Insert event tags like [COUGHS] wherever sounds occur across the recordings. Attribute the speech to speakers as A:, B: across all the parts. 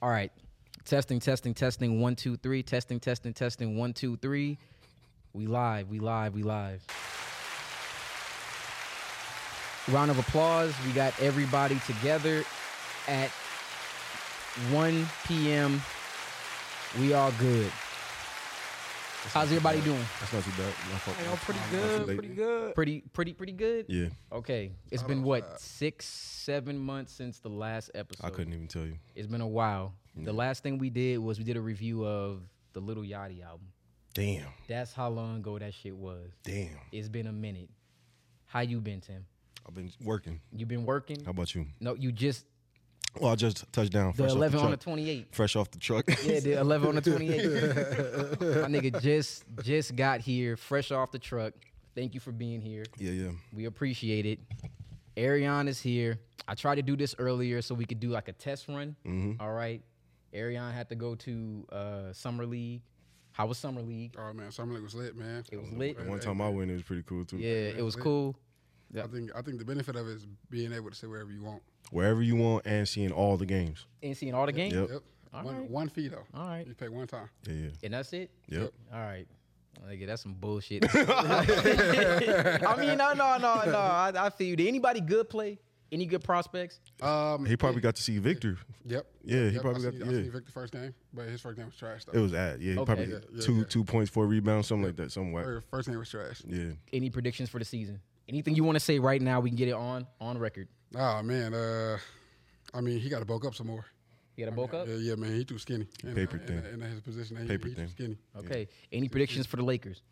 A: All right. Testing, testing, testing. One, two, three. Testing, testing, testing. One, two, three. We live. We live. We live. Round of applause. We got everybody together at 1 p.m. We all good. How's everybody doing?
B: That's not too bad. My fault.
C: Y'all pretty
B: Not too
C: good,
B: late.
C: pretty good.
A: Pretty, pretty, pretty good.
B: Yeah,
A: Okay. It's been what six, seven months since the last episode.
B: I couldn't even tell you.
A: It's been a while. The last thing we did was we did a review of the Little Yachty album.
B: Damn,
A: That's how long ago that shit was.
B: damn.
A: It's been a minute. How you been, Tim?
B: I've been working.
A: You been working?
B: How about you?
A: No, you just
B: Well, I just touched down.
A: the
B: fresh
A: eleven
B: off the
A: on the
B: truck.
A: twenty
B: [LAUGHS]
A: eight.
B: fresh off the truck.
A: Yeah, the eleven on the twenty eight. My nigga just just got here, fresh off the truck. Thank you for being here.
B: [LAUGHS] yeah, yeah.
A: We appreciate it. Ariane is here. I tried to do this earlier so we could do like a test run.
B: Mm-hmm.
A: All right. Ariane had to go to uh, summer league. How was summer league?
C: Oh man, Summer League was lit, man.
A: It was lit.
B: One time I went, it was pretty cool too.
A: Yeah, it was cool.
C: I think I think the benefit of it is being able to sit wherever you want.
B: Wherever you want and seeing all the games.
A: And seeing all the games.
B: Yep.
C: Yep.
A: All
C: one
A: right.
C: one fee though.
A: All right.
C: You pay one time.
B: Yeah, yeah.
A: And that's it.
B: Yep.
A: All right. Nigga, that's some bullshit. [LAUGHS] I mean, no, no, no, no. I, I feel you. Did anybody good play? Any good prospects?
C: Um.
B: He probably got to see Victor.
C: Yep.
B: Yeah, he
C: Yep,
B: probably
C: I
B: got.
C: seen, I
B: yeah,
C: seen Victor first game, but his first game was trash.
B: it
C: Though.
B: was at. Yeah, he
A: Okay.
B: probably
A: Yeah,
C: yeah,
B: two
C: yeah.
B: two points, four rebounds, something like that. Something whack.
C: Or first game was trash.
B: Yeah.
A: Any predictions for the season? Anything you want to say right now? We can get it on on record.
C: Oh man. Uh. I mean, he got to bulk up some more.
A: You got a bulk up?
C: Yeah, yeah, man. He too skinny. In,
B: Paper
C: in,
B: thin.
C: In, in his position, he,
B: Paper
C: he too
B: thin.
C: skinny.
A: Okay. Any predictions for the Lakers?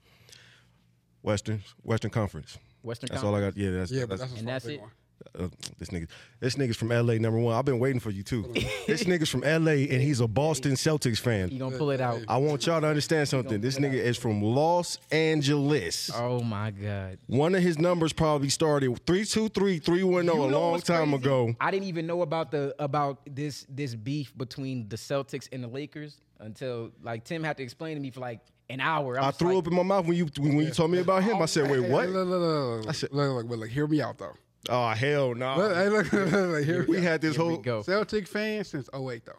B: Western Western Conference.
A: Western
B: That's all
A: Conference.
B: I got. Yeah, that's
C: Yeah, but
B: that's,
C: that's, his
A: And
C: first
A: that's
C: big
A: it.
C: one.
B: uh, this nigga. This nigga's from LA. Number one, I've been waiting for
A: [LAUGHS]
B: you too. this nigga's from LA and he's a Boston Celtics
A: You
B: fan.
A: gonna pull it out?
B: I want y'all to understand something. This nigga is from Los Angeles.
A: Oh my god!
B: One of his numbers probably started three two three three one
A: You
B: zero a
A: know
B: long
A: what's
B: time
A: crazy?
B: ago.
A: I didn't even know about the about this this beef between the Celtics and the Lakers until like Tim had to explain to me for like an hour.
B: I
A: was
B: threw
A: like,
B: up in my mouth when you when you told me about him. I said, "Wait,
A: [LAUGHS]
C: Look,
B: what?
C: look, look, look, look, look, look, look, look, hear me out though.
B: Oh hell no!"
C: Look, hey, look, look, look, hear me
B: We had this
A: Here we
B: whole
A: go.
C: Celtic fan since 08, though.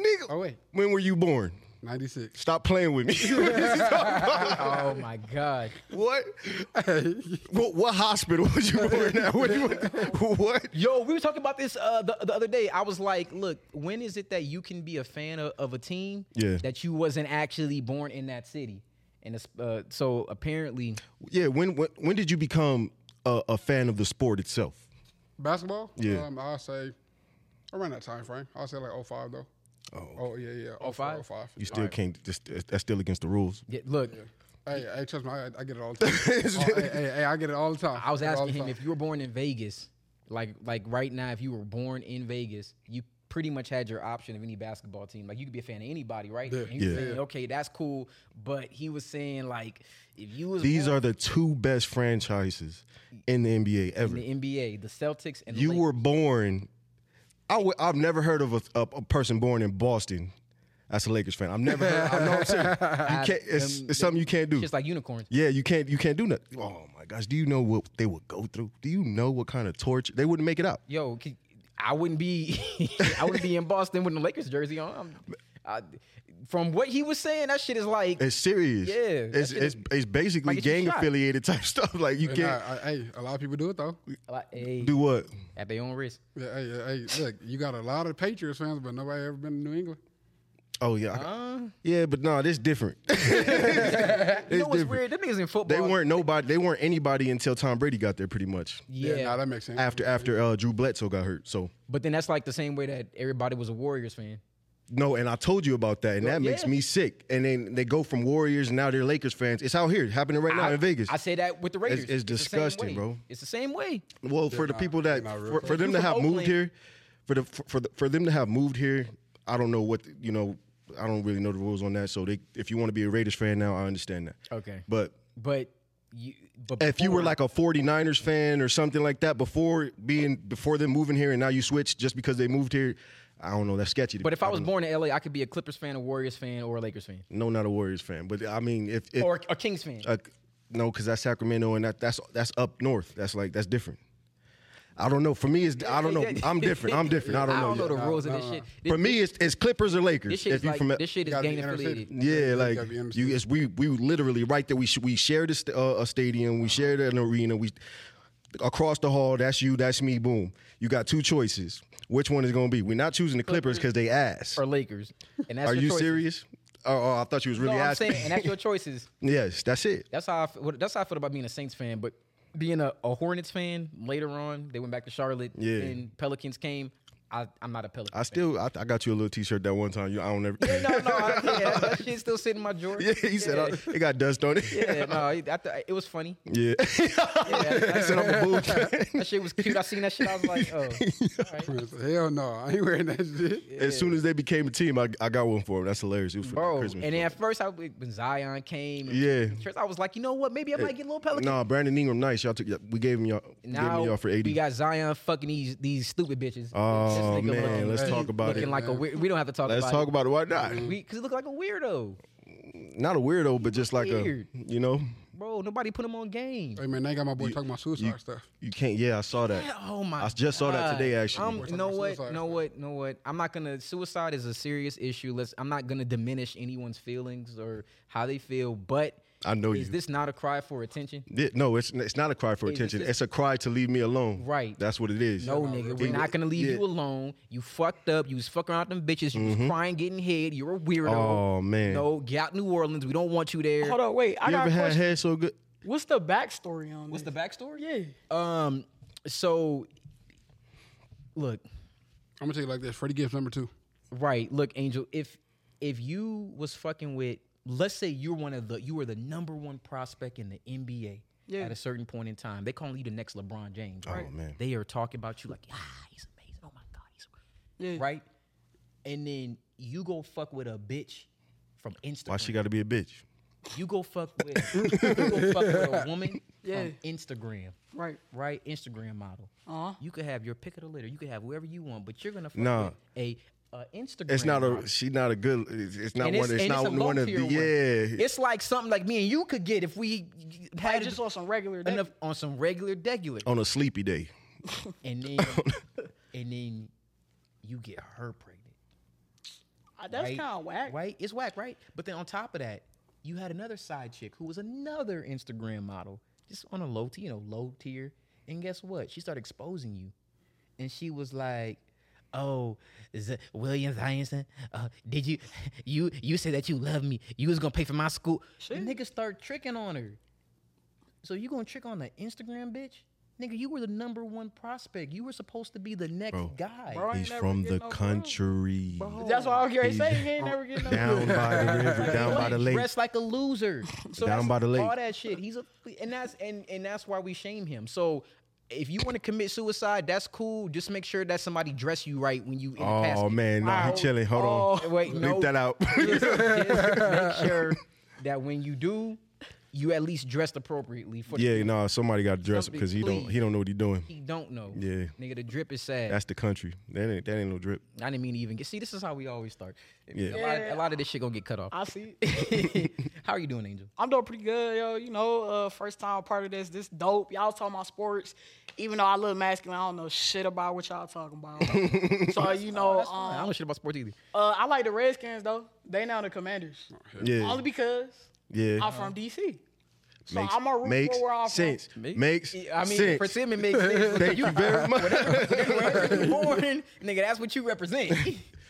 B: nigga.
C: Oh, wait.
B: When were you born?
C: 96.
B: Stop playing
A: [LAUGHS]
B: with me. [LAUGHS]
A: Oh my god!
B: What? what? What hospital was
A: [LAUGHS]
B: you born at? What? You, what?
A: Yo, we were talking about this uh, the, the other day. I was like, look, when is it that you can be a fan of, of a team
B: Yeah.
A: that you wasn't actually born in that city? And it's, uh, so apparently,
B: Yeah. When? When, when did you become a, a fan of the sport itself?
C: Basketball?
B: Yeah.
C: Um, I'll say around that time frame. I'll say like 05, though. Oh, yeah, yeah.
A: 05?
C: 04, 05.
B: You still can't. That's, that's still against the rules.
A: yeah, look,
C: Hey, hey, trust me, I, I get it all
B: [LAUGHS]
C: the time. Oh, hey, hey, hey, I get it all the time.
A: I was
C: get it all
A: asking
C: the
A: him
C: time.
A: if you were born in Vegas, like like right now, if you were born in Vegas, you pretty much had your option of any basketball team. Like you could be a fan of anybody, right? And he was
B: Yeah.
A: saying, okay, that's cool. But he was saying like, if you was
B: These
A: born
B: are the two best franchises in the NBA ever.
A: in the NBA, the Celtics and the
B: You
A: Lakers-
B: were born. I w- I've never heard of a, a, a person born in Boston. That's a Lakers fan. I've never. Heard, I know what
A: [LAUGHS]
B: I'm saying. You can't, it's,
A: them-
B: it's something you can't do.
A: just like unicorns.
B: Yeah, you can't. You can't do nothing. Oh my gosh! Do you know what they would go through? Do you know what kind of torture they wouldn't make it out?
A: Yo, c- I wouldn't be [LAUGHS] I wouldn't be in Boston with the Lakers jersey on. I'm, I, from what he was saying, that shit is like
B: It's serious.
A: Yeah, that
B: it's
A: shit
B: it's, it's basically
A: might get you
B: gang
A: shot.
B: affiliated type [LAUGHS] stuff. Like you
C: And
B: can't
C: I- I- Hey, a lot of people do it, though.
A: like hey,
B: do what.
A: at their own risk.
C: Yeah, hey, hey, hey, look, you got a lot of Patriots fans, but nobody ever been to New England.
B: Oh yeah, I- yeah, but no, this different.
A: You know what's
B: different.
A: weird? Them niggas in football.
B: [LAUGHS] they weren't nobody. They weren't anybody until Tom Brady got there, pretty much.
A: Yeah,
C: nah, that makes sense.
B: After after uh, Drew Bledsoe got hurt, so
A: But then that's like the same way that everybody was a Warriors fan.
B: no. And I told you about that, and that makes
A: yeah.
B: me sick. And then they go from Warriors, and now they're Lakers fans. It's out here, happening right now
A: I,
B: in Vegas.
A: I say that with the Raiders.
B: it's
A: the same
B: disgusting,
A: way.
B: bro.
A: It's the same way.
B: Well, for the people that
C: not real
B: for, for them
A: You
B: to
A: from
B: have
A: Oakland.
B: moved here, for the for for, the, for them to have moved here, I don't know what the- you know. I don't really know the rules on that. So they, if you want to be a Raiders fan now, I understand that.
A: Okay.
B: But
A: But you, but
B: if you were
A: before-
B: like a 49ers fan or something like that before being before them moving here, and now you switch just because they moved here, I don't know. That's sketchy. To
A: but
B: me.
A: if I was born in LA, I could be a Clippers fan, a Warriors fan, or a Lakers fan,
B: no, not a Warriors fan. But I mean, if, if
A: or a Kings fan.
B: uh, no, because that's Sacramento, and that, that's that's up north. That's like that's different. I don't know. For me, it's I don't know.
A: [LAUGHS]
B: I'm different. I'm different. I don't,
A: I don't know
B: yet.
A: the rules of this shit. This,
B: For me, it's, it's Clippers or Lakers.
A: this shit
B: if
A: is
B: you
A: like
B: from
A: this shit is
C: gotta be
A: gang
C: inner city.
A: affiliated.
B: yeah, like
C: gotta be in the
B: you, it's, we we literally right there. We sh- we shared a, st- uh, a stadium. We shared an arena. We across the hall. That's you. That's me. Boom. You got two choices. Which one is going to be? We're not choosing the Clippers because they ass.
A: or Lakers. And that's
B: Are
A: your
B: you
A: choices.
B: serious? Oh, oh, I thought you was
A: No,
B: really
A: I'm
B: asking.
A: saying, and that's
B: [LAUGHS]
A: your choices.
B: yes, that's it.
A: That's how I feel, that's how I feel about being a Saints fan, but being a, a Hornets fan later on, they went back to Charlotte.
B: Yeah.
A: and Pelicans came. I, I'm not a Pelican.
B: I still I, I got you a little T-shirt that one time. You I don't ever. [LAUGHS]
A: fan. [LAUGHS] no, no, I, yeah, that shit still sitting in my drawer.
B: yeah, he said I, it got dust on it.
A: Yeah, no, it, I th- it was funny.
B: [LAUGHS] Yeah.
A: Yeah,
B: [LAUGHS] he said I'm a boob.
A: that shit was cute. I seen that shit. I was like,
B: [LAUGHS]
A: oh, all right.
C: Hell no, I ain't wearing that shit.
B: As soon as they became a team, I, I got one for him. That's hilarious. It was for
A: bro.
B: Christmas.
A: And then at first, I, when Zion came, and
B: Yeah.
A: Trent, I was like, you know what? Maybe I might get a little Pelican.
B: nah, Brandon Ingram, nice. Y'all took. We gave him y'all. gave
A: Now
B: him y'all for eighty.
A: we got Zion fucking these these stupid bitches.
B: Oh,
A: This nigga
B: man,
A: looking-
B: let's
A: he
B: talk about
A: looking
B: it.
A: Like a weir- we don't have to talk.
B: Let's
A: about
B: talk
A: it.
B: about it. Why not?
A: because he look like a weirdo,
B: Not a weirdo, but just like
A: Weird.
B: a you know.
A: bro. Nobody put him on game.
C: Hey man, they got my boy talking about suicide stuff.
B: You can't. Yeah, I saw that.
A: Oh my!
B: I just saw that
A: God.
B: today, actually.
A: Um,
B: We're
A: you know
C: about
A: what?
C: suicide.
A: Know what? Know what? I'm not gonna. Suicide is a serious issue. Let's. I'm not gonna diminish anyone's feelings or how they feel, but
B: I know
A: is
B: you.
A: this not a cry for attention?
B: Yeah, no, it's it's not a cry for
A: It's
B: attention.
A: just-
B: it's a cry to leave me alone.
A: Right.
B: That's what it is.
A: No, nigga, we're
B: He-
A: not gonna leave
B: yeah. Mm-hmm.
A: you alone. You fucked up. You was fucking around with them bitches. You was crying, getting head. You're a weirdo.
B: Oh man.
A: No, get out New Orleans. We don't want you there.
D: Hold on, wait. I
B: You
D: got
B: ever
D: a
B: had
D: question.
B: head so good?
D: What's the backstory on
A: What's the
D: this?
A: backstory?
D: Yeah.
A: Um, so look,
C: I'm gonna tell you like this: Freddie Gibbs number two.
A: right, look, Angel, if if you was fucking with let's say you're one of the you were the number one prospect in the NBA
D: Yeah.
A: at a certain point in time, they calling you the next LeBron James. Right?
B: Oh, man.
A: They are talking about you like, ah, he's amazing. Oh my god, he's
D: Yeah.
A: right? And then you go fuck with a bitch from Instagram.
B: Why she got to be a bitch?
A: you go fuck with [LAUGHS] you go fuck with a woman
D: Yeah.
A: from Instagram.
D: Right.
A: right? Instagram model.
D: Uh-huh.
A: You could have your pick of the litter. You could have whoever you want, but you're gonna fuck
B: Nah.
A: with a, a Instagram.
B: It's not
A: model.
B: a. She's not a good. It's, it's not
A: And
B: one. It's,
A: and
B: not
A: a
B: one of the.
A: low-tier one.
B: Yeah.
A: It's like something like me and you could get if we
D: I
A: had
D: just
A: just
D: on some regular. day.
A: enough on some regular degular,
B: on a sleepy day.
A: and
B: [LAUGHS]
A: then and then you get her pregnant.
D: Uh, That's
A: right?
D: kind of whack.
A: Right? It's whack, right? But then on top of that, you had another side chick who was another Instagram model, just on a low tier, you know, low tier. And guess what? She started exposing you. And she was like, Oh, Z- William Zionson, uh, did you [LAUGHS] you you said that you love me. You was gonna pay for my school.
D: Shit.
A: The niggas start tricking on her. So you gonna trick on the Instagram bitch? Nigga, you were the number one prospect. You were supposed to be the next
B: Bro.
A: guy.
D: Bro, I ain't
B: He's
D: never
B: from
D: get
B: the
D: no girl.
B: country.
D: That's why I was here
B: He's
D: saying he ain't never getting no
B: Down by
A: [LAUGHS]
B: the river, down by the
A: He
B: lake.
A: Dressed like a loser. So
B: Down
A: that's-
B: by the lake.
A: All that shit. He's a and that's and and that's why we shame him. So if you want to commit suicide, that's cool. Just make sure that somebody dress you right when you in the
B: Oh
A: casket.
B: man, nah,
D: Wow.
B: he chilling. Hold
A: Oh,
B: on.
A: wait,
B: Leave
A: no. [LAUGHS]
B: that
D: [LAUGHS]
B: out.
A: Just, just make sure that when you do, you at least dressed appropriately for
B: yeah, no, somebody got to dress up
A: Somebody
B: because he don't.
A: please.
B: He don't know what he's doing.
A: the he don't know.
B: Yeah.
A: Nigga, the drip is sad.
B: That's the country. That ain't. That ain't no drip.
A: I didn't mean to even get see, this is how we always start.
B: Yeah.
A: A, lot, a lot of this shit gonna get cut off.
D: I see. it.
A: [LAUGHS] how are you doing, Angel?
D: I'm doing pretty good, yo. You know, uh, first time part of this. This dope. Y'all talking about sports. Even though I look masculine, I don't know shit about what y'all
B: [LAUGHS]
D: talking about. so you know,
A: I don't
D: um,
A: know shit about sports either.
D: uh, I like the Redskins though. They now the Commanders.
B: Oh, Yeah.
D: Only because
B: Yeah.
D: I'm from DC. So
B: makes
D: I'm a root
B: makes
D: for where I'm
B: sense.
D: from.
B: Makes
A: I mean,
B: sense.
A: for Tim, it makes sense.
B: [LAUGHS] Thank you very much.
A: Wherever [LAUGHS] you born, nigga, that's what you represent,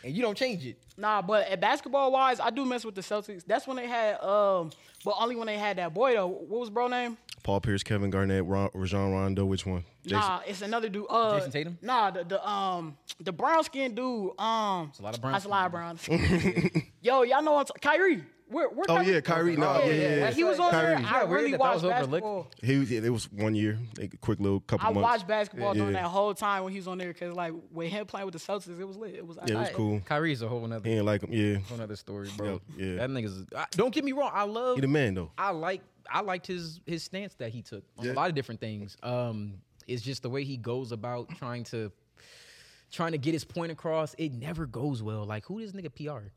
A: and you don't change it.
D: Nah, but at basketball wise, I do mess with the Celtics. That's when they had, um, but only when they had that boy though. What was bro name?
B: Paul Pierce, Kevin Garnett, Ron, Rajon Rondo. Which one? Jason-
D: Nah, it's another dude. Uh,
A: Jason Tatum?
D: Nah, the, the um the brown skinned dude. Um, it's
A: a lot of brown
D: That's a lot of brown. [LAUGHS] Yo, y'all know I'm t- Kyrie. Where, where
B: Oh yeah, Kyrie. Nah, yeah, yeah. yeah.
D: He was on there.
B: Kyrie.
D: I
A: Isn't that weird
D: really
A: that that
D: watched
A: was overlooked?
D: basketball.
B: He was- it was one year, like a quick little couple
D: I
B: months.
D: watched basketball during
B: Yeah.
D: that whole time when he was on there because like with him playing with the Celtics, it was lit. It was.
B: Yeah, it was
D: alright.
B: cool.
A: Kyrie's a whole
B: He
A: another
B: ain't like him. Yeah,
A: whole another story, bro.
B: Yeah, yeah.
A: that nigga's. I, don't get me wrong. I love.
B: he the man though.
A: I like. I liked his his stance that he took on a lot of different things. Um, it's just the way he goes about trying to trying to get his point across. It never goes well. Like who this nigga PR?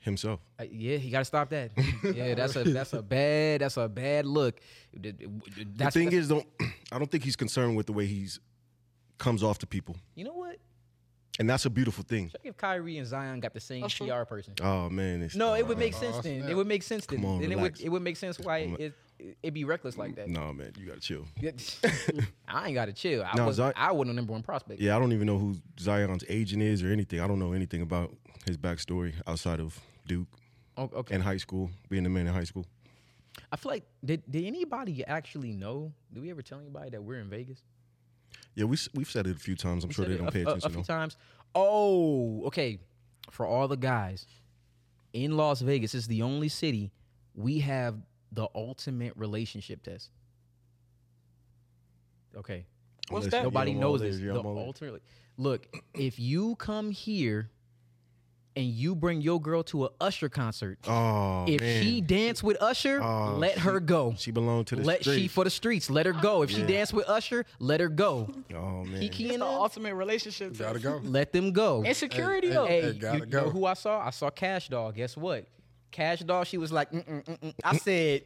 B: Himself.
A: Uh, yeah, he got to stop
B: [LAUGHS]
A: that. Yeah, that's a that's a bad that's a bad look. Th- th- That's,
B: [CLEARS THROAT] the thing is, don't I don't think he's concerned with the way he's comes off to people,
A: You know what?
B: and that's a beautiful thing.
A: Check if Kyrie and Zion got the same
D: That's true.
A: PR person.
B: Oh man, it's,
A: No, it would make
B: uh,
A: sense
C: Oh,
A: then.
C: snap.
A: It would make sense then.
B: on,
A: then it would
B: relax.
A: it would make sense why it, it would be reckless like that.
B: Nah, man, you gotta chill.
A: [LAUGHS] I ain't gotta chill. I
B: No,
A: was
B: Zion-
A: I wasn't a number one prospect.
B: Yeah, I don't even know who Zion's agent is or anything. I don't know anything about his backstory outside of Duke
A: O- Okay.
B: and high school, being a man in high school.
A: I feel like did did anybody actually know? Did we ever tell anybody that we're in Vegas?
B: Yeah, we s- we've said it a few times. I'm sure
A: Said
B: they
A: it
B: don't
A: a-
B: pay
A: a-
B: attention.
A: A, few
B: though.
A: times. Oh, okay. For all the guys in Las Vegas, it's the only city we have the ultimate relationship test. Okay.
D: What's
B: Unless-
D: that?
A: [LAUGHS]
B: yeah,
A: Nobody
B: I'm all
A: knows
B: ears,
A: this.
B: yeah,
A: The
B: I'm all ears.
A: ultimate. Look, if you come here and you bring your girl to a Usher concert,
B: Oh
A: if
B: man,
A: she dance with Usher,
B: Oh,
A: let her go.
B: she belonged to the
A: let she
B: streets.
A: for the streets. Let her go. If she dance with Usher, let her go.
B: oh man,
A: Kiki
D: It's
A: and
D: the
A: them,
D: ultimate relationship. test.
C: Gotta go.
A: let them go.
D: Insecurity
C: Hey,
D: though.
A: Hey,
C: It
D: [LAUGHS]
A: you,
C: gotta
A: you know
C: go.
A: who I saw? I saw Cash Doll. Guess what? Cash Doll. She was like, "Mm, mm-mm, mm-mm. I said,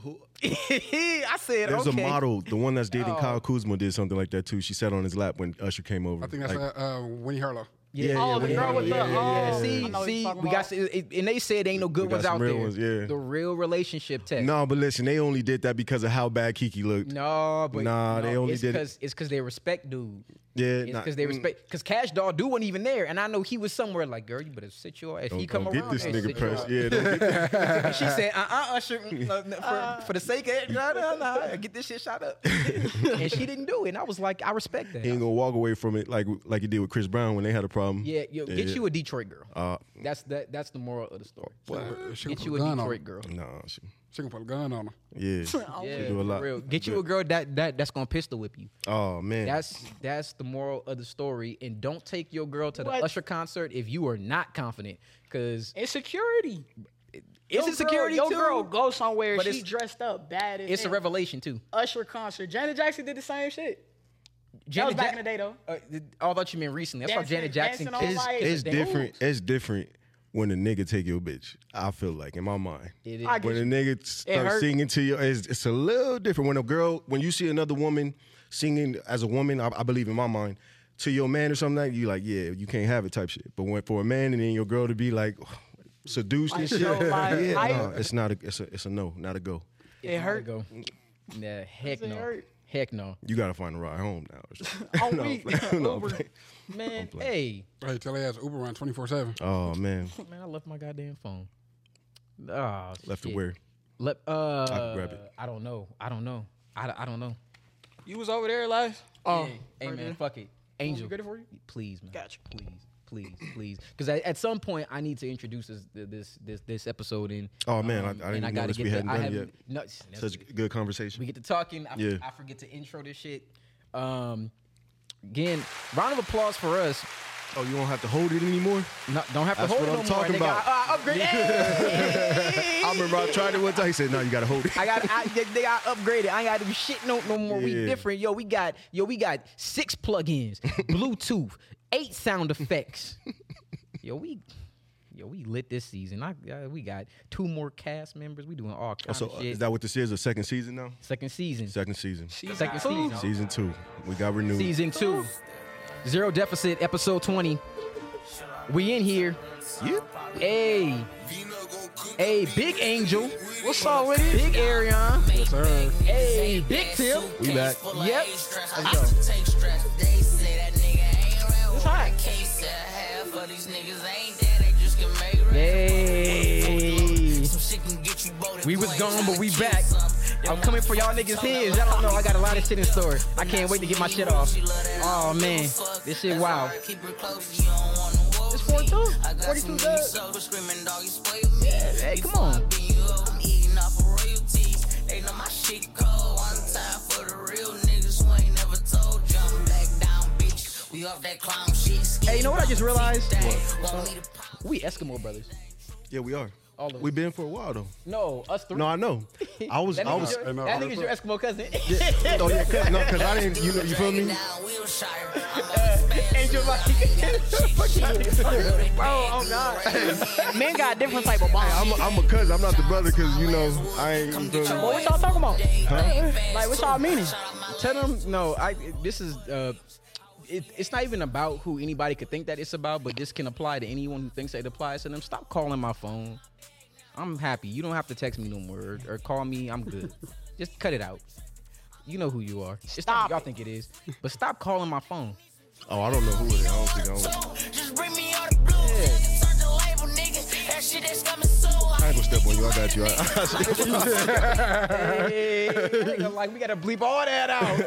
A: who? [LAUGHS] I said,
B: There's
A: okay. Oh.
B: a model, the one that's dating Kyle Kuzma did something like that too. She sat on his lap when Usher came over.
C: I think that's
B: like,
C: uh, uh, Winnie Harlow.
B: yeah,
D: Oh, the
B: yeah,
D: girl with
B: yeah,
D: the
B: yeah, yeah,
D: oh,
B: yeah.
D: I
A: See,
D: know what you're
A: see,
D: talking
A: we
D: about.
A: got, and they said ain't no good
B: got
A: ones
B: some
A: out
B: real
A: there.
B: ones, yeah.
A: The real relationship test.
B: No, but listen, they only did that because of how bad Kiki looked.
A: No, but
B: Nah,
A: no,
B: they only
A: it's
B: did it-
A: because it's because they respect dude.
B: Yeah,
A: It's
B: nah,
A: because they
B: mm.
A: respect because Cash Doll dude wasn't even there, and I know he was somewhere. Like, girl, you better sit your. If
B: Don't,
A: he come
B: don't
A: around,
B: get this
A: man,
B: nigga
A: sit your
B: pressed.
A: ass.
B: Yeah, Uh-uh. don't get this.
A: And she
B: [LAUGHS]
A: said, "Uh, uh Usher, mm, no, no, for, for the sake of nah, nah, nah, get this shit shot
B: [LAUGHS]
A: up." and she didn't do it. And I was like, I respect that.
B: he ain't gonna walk away from it like like he did with Chris Brown when they had a problem.
A: yeah, yo, get you a Detroit girl.
B: Uh,
A: that's that. That's the moral of the story.
C: She
A: Get
C: gonna
A: you Oh, a
C: put a gun on
A: Detroit
C: her.
A: girl.
B: nah, she,
C: She can put a gun on her.
A: [LAUGHS]
B: yeah.
A: Yeah,
B: do a
A: for
B: lot.
A: real. Get you a girl that that that's gonna pistol whip you.
B: Oh man,
A: That's that's the moral of the story. And don't take your girl to the
D: What?
A: Usher concert if you are not confident, because
D: Insecurity.
A: it's
D: Your
A: insecurity
D: girl,
A: too.
D: Your girl go somewhere.
A: But
D: she
A: it's-
D: dressed up bad. As
A: it's a
D: hell.
A: revelation too.
D: Usher concert. Janet Jackson did the same shit. That was
A: Janet
D: back
A: Ja-
D: in the day though.
A: Uh, th- I thought you meant recently. I saw
D: Dancing-
A: Janet Jackson.
D: dancing on
A: kiss-
B: it's,
D: like-
A: kiss
B: it's
A: a dude.
B: different. It's different when a nigga take your bitch. I feel like in my mind.
A: It is.
D: I get
B: when a nigga
D: hurt.
B: start singing to you, it's, it's a little different. When a girl, when you see another woman singing as a woman, I, I believe in my mind, to your man or something like, you like, yeah, you can't have it type shit. But when for a man and then your girl to be like [SIGHS] seduced and
D: Like,
B: shit,
D: yo, like,
B: [LAUGHS] yeah,
D: I-
B: no, it's not a, it's a, it's a no, not a go.
D: It hurt. [LAUGHS]
A: Go. Nah, heck
D: It
A: no.
D: hurt.
A: Heck no.
B: You gotta find a ride home now.
A: [LAUGHS]
B: or something. [LAUGHS]
D: On
B: No,
D: week.
B: I'm
D: Over.
B: playing.
A: Man, hey.
C: Hey, tell her ass Uber run 24 7.
B: [LAUGHS] oh man,
A: [LAUGHS] Man, I left my goddamn phone. Oh,
B: left
A: shit.
B: to where?
A: Le- uh, I
B: can grab it.
A: I don't know. I don't know. I, I don't know.
D: You was over there last. Oh,
A: Hey, man,
D: right there.
A: fuck it. Angel.
D: good for you?
A: Please, man.
D: Gotcha.
A: Please. Please, please, because at some point I need to introduce this this this, this episode in.
B: Oh, man, I- I didn't
A: Um, and gotta
B: even notice
A: get
B: we
A: to-
B: hadn't
A: I
B: done it
A: haven't-
B: yet.
A: No,
B: Such a good conversation.
A: We get to talking. I,
B: Yeah.
A: I forget to intro this shit. Um, again, round of applause for us.
B: oh, you don't have to hold it anymore.
A: No, don't have to
B: That's
A: hold
B: what
A: it
B: I'm
A: no
B: talking
A: more.
B: about.
A: They got, uh, upgrade. Hey!
B: I remember I tried it one time. He said, "No, you gotta hold it."
A: I got I, they, they got upgraded. I ain't got to do shit no no more. We
B: Yeah.
A: different. Yo, we got yo, we got six plugins,
B: [LAUGHS]
A: Bluetooth, eight sound effects. yo, we yo, we lit this season. I, I we got two more cast members. We doing all kinds
B: [LAUGHS] So
A: of
B: uh,
A: shit.
B: is that what this is? A second season now?
A: second season.
B: Second season.
A: Second season.
B: Season two. We got renewed.
A: Season two. Zero deficit, episode 20. We in here.
B: Yeah.
A: Hey. Hey, big angel.
D: What's up with it?
A: Big Arion.
C: Yes, sir.
A: Hey, big Tim.
B: We back.
A: Yep.
E: take stress. They say that nigga ain't real.
D: It's hot.
E: Can't sell half of these niggas ain't there. They just can make rap.
A: Hey.
E: Some shit can get you both.
A: We was gone, but we back. I'm coming for y'all niggas' heads. Y'all don't know. I got a lot of shit in store. I can't wait to get my shit off. Oh man, this shit wow.
E: Keep her close. You don't want to walk.
A: It's 42.
E: I got some
A: 42
E: new
A: dubs.
E: soda screaming, dog. You spray me.
A: Hey, come on.
E: Being you up, I'm eating off of royalties. They know my shit cold. One time for the real niggas who ain't never told you. I'm back down, bitch. We off that clown shit.
A: Hey, you know what I just realized?
E: Want me to pop?
A: We Eskimo brothers.
B: Yeah, we are.
A: All of us.
B: We've been for a while though.
A: No, us three.
B: No, I know. I was.
A: that
B: I
A: nigga's
B: was. [LAUGHS]
A: your,
C: I know,
A: that
C: I
A: nigga's your Eskimo cousin. [LAUGHS]
B: Oh yeah, cause, no, cause I didn't. You know, you feel me?
E: Down Wilshire.
D: [LAUGHS]
E: I'm on the
A: Angel like,
D: Oh, oh God. [LAUGHS] Men got different type of bonds.
B: I'm a, I'm a cousin. I'm not the brother, cause you know I ain't. You feel
D: Well,
B: me?
D: what y'all talking about? Like, what y'all meaning?
A: tell them no. I this is uh, it, it's not even about who anybody could think that it's about, but this can apply to anyone who thinks that it applies to them. Stop calling my phone. I'm happy. You don't have to text me no more or, or call me. I'm
E: [LAUGHS]
A: good. Just cut it out. You know who you are. It's not
D: Stop
A: who y'all
D: it.
A: think it is, but stop calling my phone.
B: Oh, I don't know who it is. I don't think I don't.
F: Just bring me all the blue. Search the label, nigga. That shit that's coming soon.
B: I ain't gonna step on you. I got you. [LAUGHS] I,
A: Hey, [LAUGHS] that nigga like we gotta bleep all that
E: [LAUGHS]
A: out.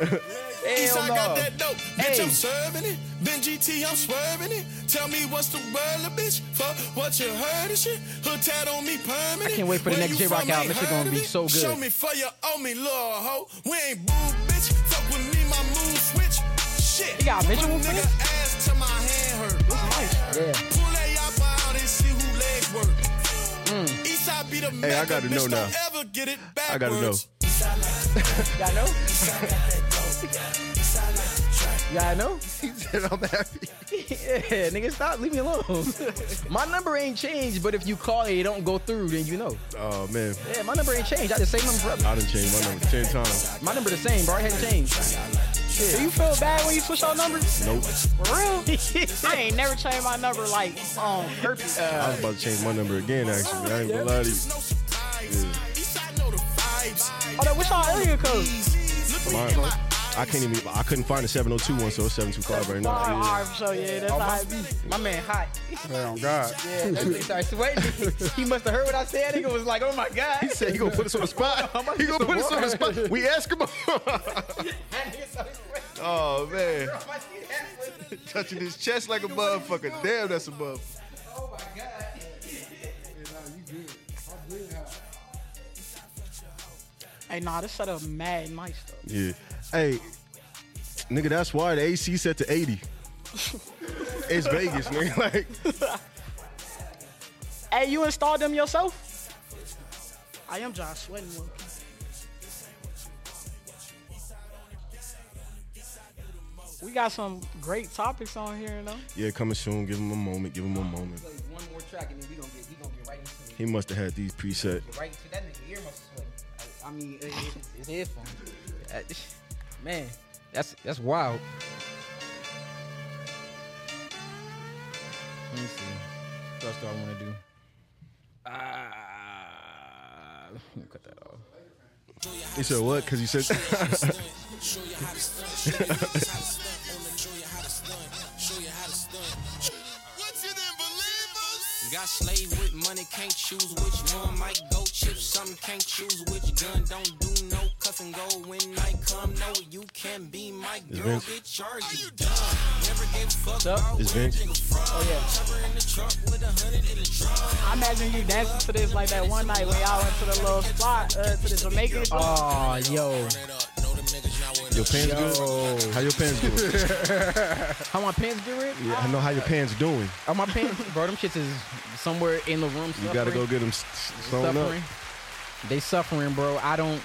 E: East
A: Hell
E: I got that
A: no.
E: dope. Bitch, I'm serving it. Then GT, I'm swerving it. Tell me what's the word, little bitch. Fuck what you heard and shit. Hood tied on me permanent.
A: I can't wait for the
E: Where
A: next
E: you
A: J-Rock
E: from,
A: album.
E: ain't
A: This shit gonna
E: heard of
A: be
E: it?
A: so good.
E: Show me for you, owe me, little hoe. We ain't boo, bitch. Fuck with me, my move switch. Shit.
D: You got a
E: Fuck
D: visual
E: a
D: for
E: nigga
D: this?
E: ass till my hand hurt.
A: Yeah.
E: Pull that yapper out and see who leg work.
A: Mm.
E: Eastside be the
B: Hey, I
E: Mecca,
B: gotta
E: bitch,
B: know now.
E: Don't ever get it
B: I
E: backwards.
B: gotta know.
A: Y'all know? Y'all know?
B: I'm happy.
A: Yeah, nigga, stop. Leave me alone. [LAUGHS] my number ain't changed, but if you call it, it don't go through, then you know.
B: Oh man,
A: Yeah, my number ain't changed. I just saved my brother.
B: I done changed my number ten times.
A: My number the same, bro. It hadn't changed.
D: Do you feel bad when you switch out numbers?
B: Nope.
D: For real? I ain't never changed my number like um, on purpose.
B: I was about to change my number again. Actually, I ain't gonna lie to you.
E: No surprise. Eastside know the vibes.
D: Oh, that what's our area code?
E: Look me in
B: Mine-
E: my
B: I can't even. I couldn't find a 702 one, so it's 725 right
D: All right,
B: now.
D: all right, so yeah, that's how it be.
A: [LAUGHS] My man hot.
C: Damn,
A: Yeah,
C: God.
A: that nigga started sweating. [LAUGHS] he must have heard what I said. Nigga was like, oh my God.
B: He said he gonna put us on [LAUGHS] the spot.
A: about
B: He
A: to
B: gonna
A: get
B: put us
A: some
B: on the spot. We ask him. [LAUGHS]
A: That nigga started sweating.
B: oh man,
A: Oh my God.
B: [LAUGHS] touching his chest like a motherfucker. Damn, that's a motherfucker.
A: Oh my God.
D: Hey, nah, this set up mad nice though.
B: Yeah. Hey, nigga, that's why the AC set to 80. it's Vegas, nigga. Like,
D: Hey, you installed them yourself? I am John Sweating. low-key. We got some great topics on here, though.
B: yeah, coming soon. Give him a moment. Give him a moment.
A: Play one more track and then we gonna get we gonna get right into
B: He must have had these preset.
A: it. Right into that nigga ear must sweat. I, I mean, it, it's, it's headphones. That- Man, that's that's wild. Let me see. What else do I want to do? Ah, let me cut that off.
B: He said what? Because he said
F: Got slave with money, can't choose which one. Might go chip, some can't choose which gun. Don't do no cuff and go when night come. No, you can't be my girl,
B: Vince.
F: bitch. Are you dumb? Never gave a fuck about
B: it's Vince.
D: I imagine you dancing to this like that one night when y'all went to the little spot, uh, to the Jamaican. spot.
A: Oh, yo,
B: Your pants good? How your pants doing?
A: how my pants do it?
B: yeah, I know how your pants doing.
A: Are my
B: [LAUGHS]
A: pants, bro? Them shits is somewhere in the room.
B: You gotta
A: suffering.
B: go get them s- s- sewn up.
A: suffering. They suffering, bro. I don't.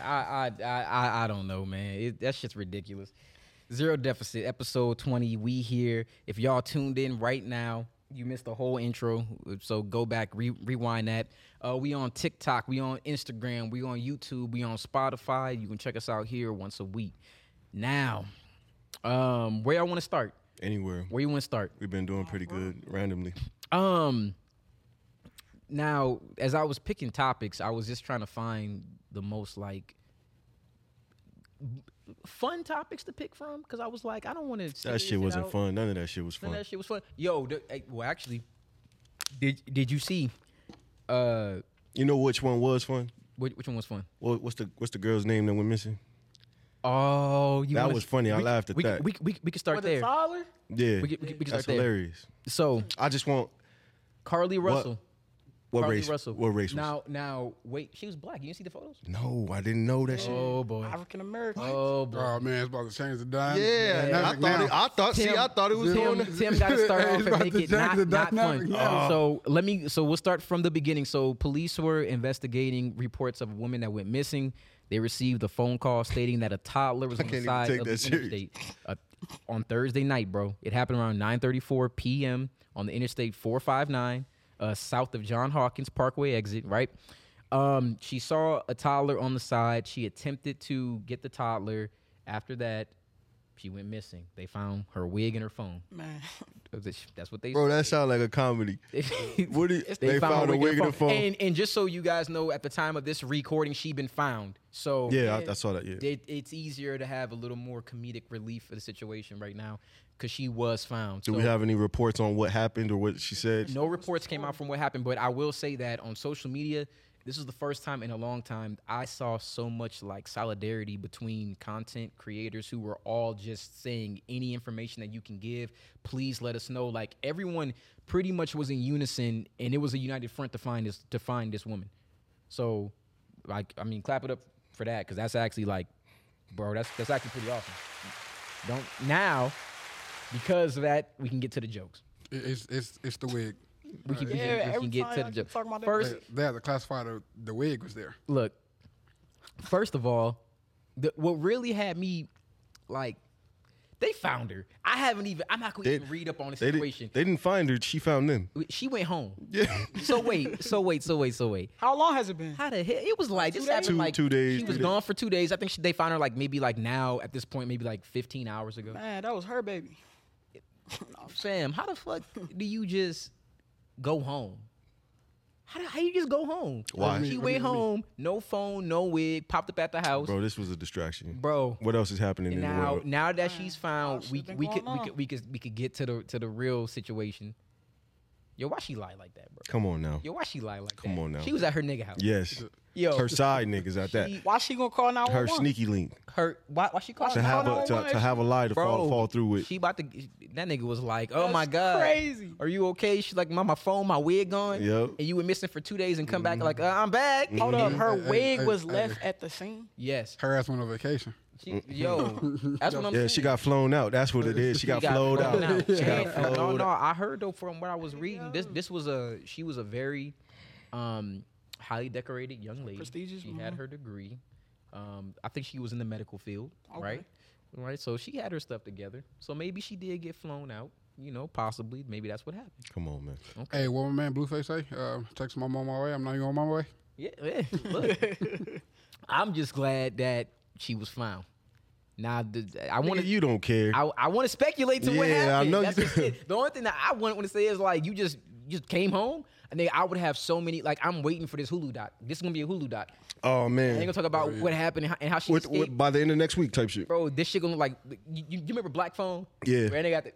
A: I I I I- I don't know, man. It, that shit's ridiculous. Zero deficit, episode twenty. We here. If y'all tuned in right now, you missed the whole intro. So go back, re- rewind that. Uh, we on TikTok, we on Instagram, we on YouTube, we on Spotify. You can check us out here once a week. Now, um, where I want to start?
B: Anywhere.
A: Where you want to start?
B: We've been doing pretty good randomly.
A: Um. Now, as I was picking topics, I was just trying to find the most like b- fun topics to pick from because I was like, I don't want to.
B: That shit wasn't fun. None of that shit was
A: None of
B: fun.
A: that shit was fun. Yo, the, eh, well, actually, did did you see? Uh,
B: You know which one was fun?
A: which, which one was fun?
B: What, what's the what's the girl's name that went missing?
A: Oh, you
B: That
A: wanna-
B: was funny. I
A: we-
B: laughed at
A: we,
B: that.
A: We we, we, could start
D: Was it
A: there.
D: Tyler?
B: Yeah,
A: We could- we could- we could
B: that's
A: start there.
B: hilarious.
A: So
B: I just want
A: Carly Russell.
B: what
A: Carly
B: race?
A: Russell.
B: What race? was-
A: Now, now, wait. She was black. You didn't see the photos?
B: No, I didn't know that shit.
A: Oh boy.
D: African American.
A: Oh boy.
C: Oh, man, it's about to change the dime.
B: Yeah,
C: Now-
B: I thought. It, I thought. see, I thought it was
A: Tim,
B: on. the-
A: Tim got
B: [LAUGHS]
A: to start
C: He's
A: off and
C: about
A: make
C: to
A: it
C: change
A: not,
C: the
A: not fun.
C: dynamic,
B: Oh.
C: yeah.
A: So let me. So we'll start from the beginning. So police were investigating reports of a woman that went missing. They received a phone call stating that a toddler
B: [LAUGHS]
A: was on
B: can't
A: the
B: even
A: side
B: take
A: of the
B: that serious.
A: interstate uh, on Thursday night, bro. It happened around 9:34 p.m. on the Interstate 459, uh, south of John Hawkins Parkway exit. Right. Um, she saw a toddler on the side. She attempted to get the toddler. After that, She went missing. They found her wig and her phone.
D: man.
A: That's what they
B: Bro, that sounds like a comedy. What do you-
A: [LAUGHS] It's-
B: they, found
A: her
B: a wig in the phone?
A: And, and just so you guys know, at the time of this recording, she'd been found. So
B: yeah, I, I saw that. Yeah,
A: it, it's easier to have a little more comedic relief for the situation right now because she was found.
B: do
A: so
B: we have any reports on what happened or what she said?
A: no reports came out from what happened, but I will say that on social media, this is the first time in a long time I saw so much like solidarity between content creators who were all just saying any information that you can give, please let us know. Like everyone pretty much was in unison, and it was a united front to find this to find this woman. So, like, I mean, clap it up for that because that's actually like, bro, that's that's actually pretty awesome. Don't now because of that we can get to the jokes.
C: It- It's it's it's the wig.
A: We can, we
D: Yeah,
A: can- we
D: every
A: can get
D: time
A: to
D: I
A: the
D: keep
A: joke.
D: talking about that.
A: First,
C: They, they had to classify the the wig was there.
A: look. First of all, the, what really had me like, they found her. I haven't even. I'm not going to
B: They-
A: even read up on the
B: They, did,
A: situation.
B: they didn't find her. She found them.
A: she went home. Yeah. [LAUGHS] so wait. So wait. So wait. So wait.
D: How long has it been?
A: How the hell? It was like this happened
B: Two-
A: like
B: two days,
A: She was
B: three
A: gone for two days. I think she, they found her like maybe like now at this point maybe like 15 hours ago.
D: Man, that was her baby.
A: Fam, how the
B: [LAUGHS]
A: fuck do you just go home? How, do, how you just go home?
B: Why?
A: She went home, no phone, no wig, popped up at the house, bro.
B: Bro, this was a distraction. what else is happening in
A: And now,
B: the world?
A: now that she's found,
D: shit
A: we
D: been
A: we
D: going
A: could, we
D: on.
A: could we could we could get to the to the real situation. Yo, why she lie like that, bro?
B: Come on now.
A: Yo, why she lie like that?
B: Come on now.
A: She was at her nigga house.
B: Yes.
A: Yo.
B: Her side niggas at that.
A: She-
D: Why she gonna call now?
B: Her sneaky link
A: Her why why she called
B: to have a
D: on,
B: to,
D: why
B: to
D: is
B: have a lie to fall,
A: Bro,
B: fall through with.
A: She about to. That nigga was like, "Oh my
D: That's
A: god,
D: crazy.
A: Are you okay?" She's like, "My my phone, my wig gone."
B: Yep.
A: And you were missing for two days and come
B: Mm-hmm.
A: back like, uh, "I'm back."
D: Hold up, her
C: Hey, hey,
D: wig
C: hey,
D: was
C: hey.
D: left at the scene.
A: Yes.
C: Her ass went on vacation.
A: She, yo,
B: [LAUGHS]
A: that's what I'm
B: Yeah,
A: saying.
B: she got flown out. That's what it is. She got, flowed out. She got
A: And- no,
B: flowed
A: no,
B: out.
A: I heard though from what I was reading, this this was a she was a very um highly decorated young lady.
D: Prestigious,
A: She had her degree. Um, I think she was in the medical field, right? Right. So she had her stuff together. So maybe she did get flown out. You know, possibly. Maybe that's what happened.
B: Come on, man.
C: Hey, what my man Blueface say? Uh, text my mom on my way. I'm not even on my way.
A: Yeah, yeah. [LAUGHS] Look, I'm just glad that she was found. Now, the, I want
B: Nigga, you don't care.
A: I, I want to speculate to what
B: Yeah, I
A: happened.
B: know
A: That's
B: you
A: just
B: do. [LAUGHS]
A: it. The only thing that I want to say is like you just you just came home. And then I would have so many like I'm waiting for this Hulu doc. This is gonna be a Hulu doc.
B: oh
A: They
B: man.
A: gonna talk about what happened and how, and how she
B: With,
A: escaped.
B: with, by the end of next week, type shit. [LAUGHS]
A: Bro, this shit gonna look like you, you you remember Black Phone?
B: Yeah.
A: Where they got
B: [LAUGHS]
A: the,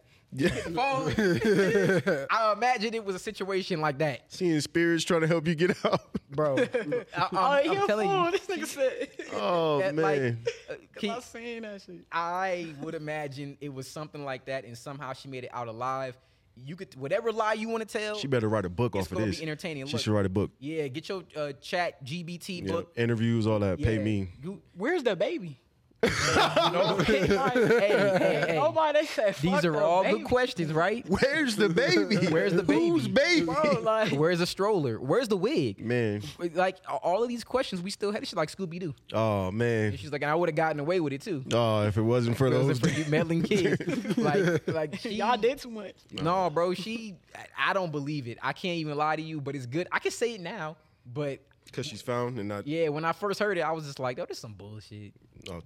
A: the phone. [LAUGHS] I imagine it was a situation like that,
B: Seeing spirits trying to help you get out.
A: bro. I, am
D: oh, he a
A: telling
D: fool.
A: you,
D: This nigga said.
B: [LAUGHS] Oh
A: that, like,
B: man.
A: uh,
D: Keep,
A: keep-
D: I seen that shit.
A: I would imagine it was something like that, and somehow she made it out alive. You could whatever lie you want to tell.
B: she better write a book
A: It's
B: off of
A: gonna be
B: this.
A: entertaining.
B: She
A: Look.
B: should write a book.
A: Yeah, get your uh, chat GBT
B: Yeah.
A: book.
B: Interviews, all that. Pay
A: Yeah, [LAUGHS]
B: me.
A: You,
D: Where's the baby?
A: [LAUGHS] no, hey, hey, hey.
D: Nobody they said.
A: These
D: fuck
A: are
D: the
A: all
D: baby.
A: good questions, right? [LAUGHS]
B: Where's the baby?
A: Where's the baby?
B: Who's baby?
D: Bro, like,
A: Where's the stroller? Where's the wig?
B: Man.
A: Like a- all of these questions, we still had this shit like Scooby Doo.
B: Oh man.
A: She's like, and I would have gotten away with it too.
B: Oh, if it wasn't for
A: It was
B: those.
A: for you meddling kids. [LAUGHS] like, like she,
D: y'all did too much.
A: No, bro, she. I- I don't believe it. I can't even lie to you, but it's good. I can say it now, but
B: Because she's found and not.
A: yeah, when I first heard it, I was just like, "Yo, this some bullshit."
B: Oh,